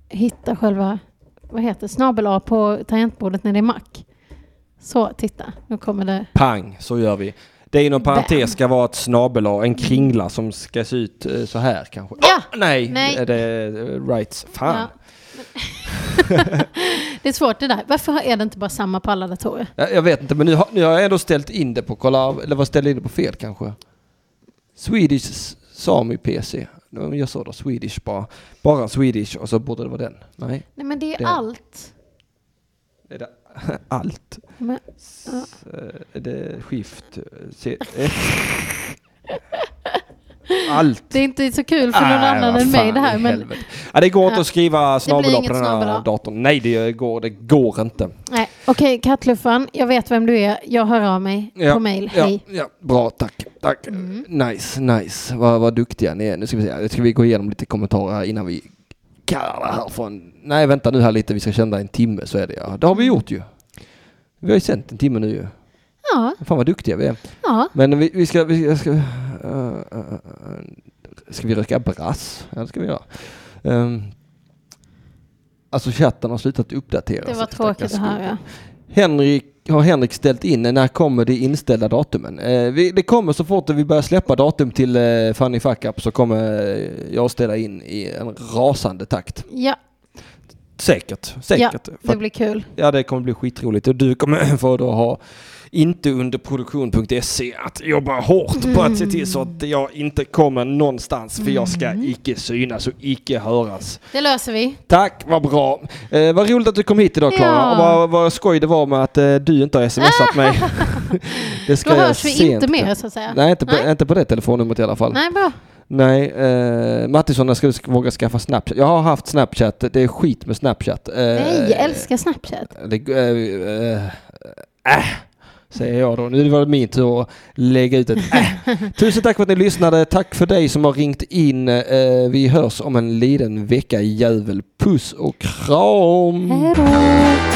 Hitta själva... Vad heter det? Snabel A på tangentbordet när det är Mac. Så, titta. Nu kommer det...
Pang, så gör vi. Det inom parentes ska vara ett snabel en kringla som ska se ut eh, så här kanske.
Ja!
Åh, nej,
Nej.
Är det eh, rights. Fan.
Ja. Det är svårt det där. Varför är det inte bara samma på alla datorer?
Jag, jag vet inte, men nu har, nu har jag ändå ställt in det på kolla, eller vad ställde jag in det på fel kanske? Swedish S- Sami PC. De gör så då, Swedish bara. Bara Swedish och så borde det vara den. Nej,
Nej, men det är
Det-
allt.
är det allt?
Men, ja.
S- eh, Är det skift? eh, C- eh. Allt.
Det är inte så kul för någon
Nej,
annan
vad
än mig
fan
det här.
i
Men,
helvete. Ja, det går inte
Ja.
att skriva snabel
blir
A
inget
på den här
snabel A.
datorn. Nej, det går, det går inte.
nej. Okej, kattluffan. Jag vet vem du är. Jag hör av mig på mail.
Ja,
Hej. Mm.
ja, bra, tack. tack. Nice, nice. Vad, vad duktiga ni är. Nu ska vi, se. Nu ska vi gå igenom lite kommentarer här innan vi kallar här från... Nej, vänta nu här lite. Vi ska känna en timme, så är det ja. Det har vi gjort ju. Vi har ju sänt en timme nu ju.
Ja,
Fan vad duktiga vi är.
ja.
Men vi, vi ska... Vi, jag ska, eh, eh, eh, ska vi röka brass? Ja, det ska vi göra. Ehm, alltså chatten har slutat uppdatera
Det
sig,
var tråkigt
stackars
att höra.
Henrik, har Henrik ställt in när kommer de inställda datumen? Eh, vi, det kommer så fort vi börjar släppa datum till eh, Funny Fuck Up så kommer eh, jag ställa in i en rasande takt.
Ja,
Säkert,
ja
säkert. För
det
att-
blir kul.
Ja, det kommer bli skitroligt och du kommer få då ha inte under produktion.se E att jobba hårt på att se till så att jag inte kommer någonstans för jag ska icke synas och icke höras.
Det löser vi.
Tack, vad bra. Eh, vad roligt att du kom hit idag Klara.
Ja.
Och vad, vad skoj det var med att eh, du inte har smsat mig. det ska
Då
jag
hörs vi
sent-
inte mer så att säga.
Nej, inte på,
Nej.
inte på det telefonnumret i alla fall.
Nej, bra.
Nej, eh, Mattisson, när ska du sk- våga skaffa Snapchat? Jag har haft Snapchat, det är skit med Snapchat. Eh,
Nej, jag älskar Snapchat.
det, äh, äh, äh, säger jag då. Nu var det min tur att lägga ut ett äh. Tusen tack för att ni lyssnade. Tack för dig som har ringt in. Eh, vi hörs om en liten vecka, jävel. Puss och kram!
Hej då.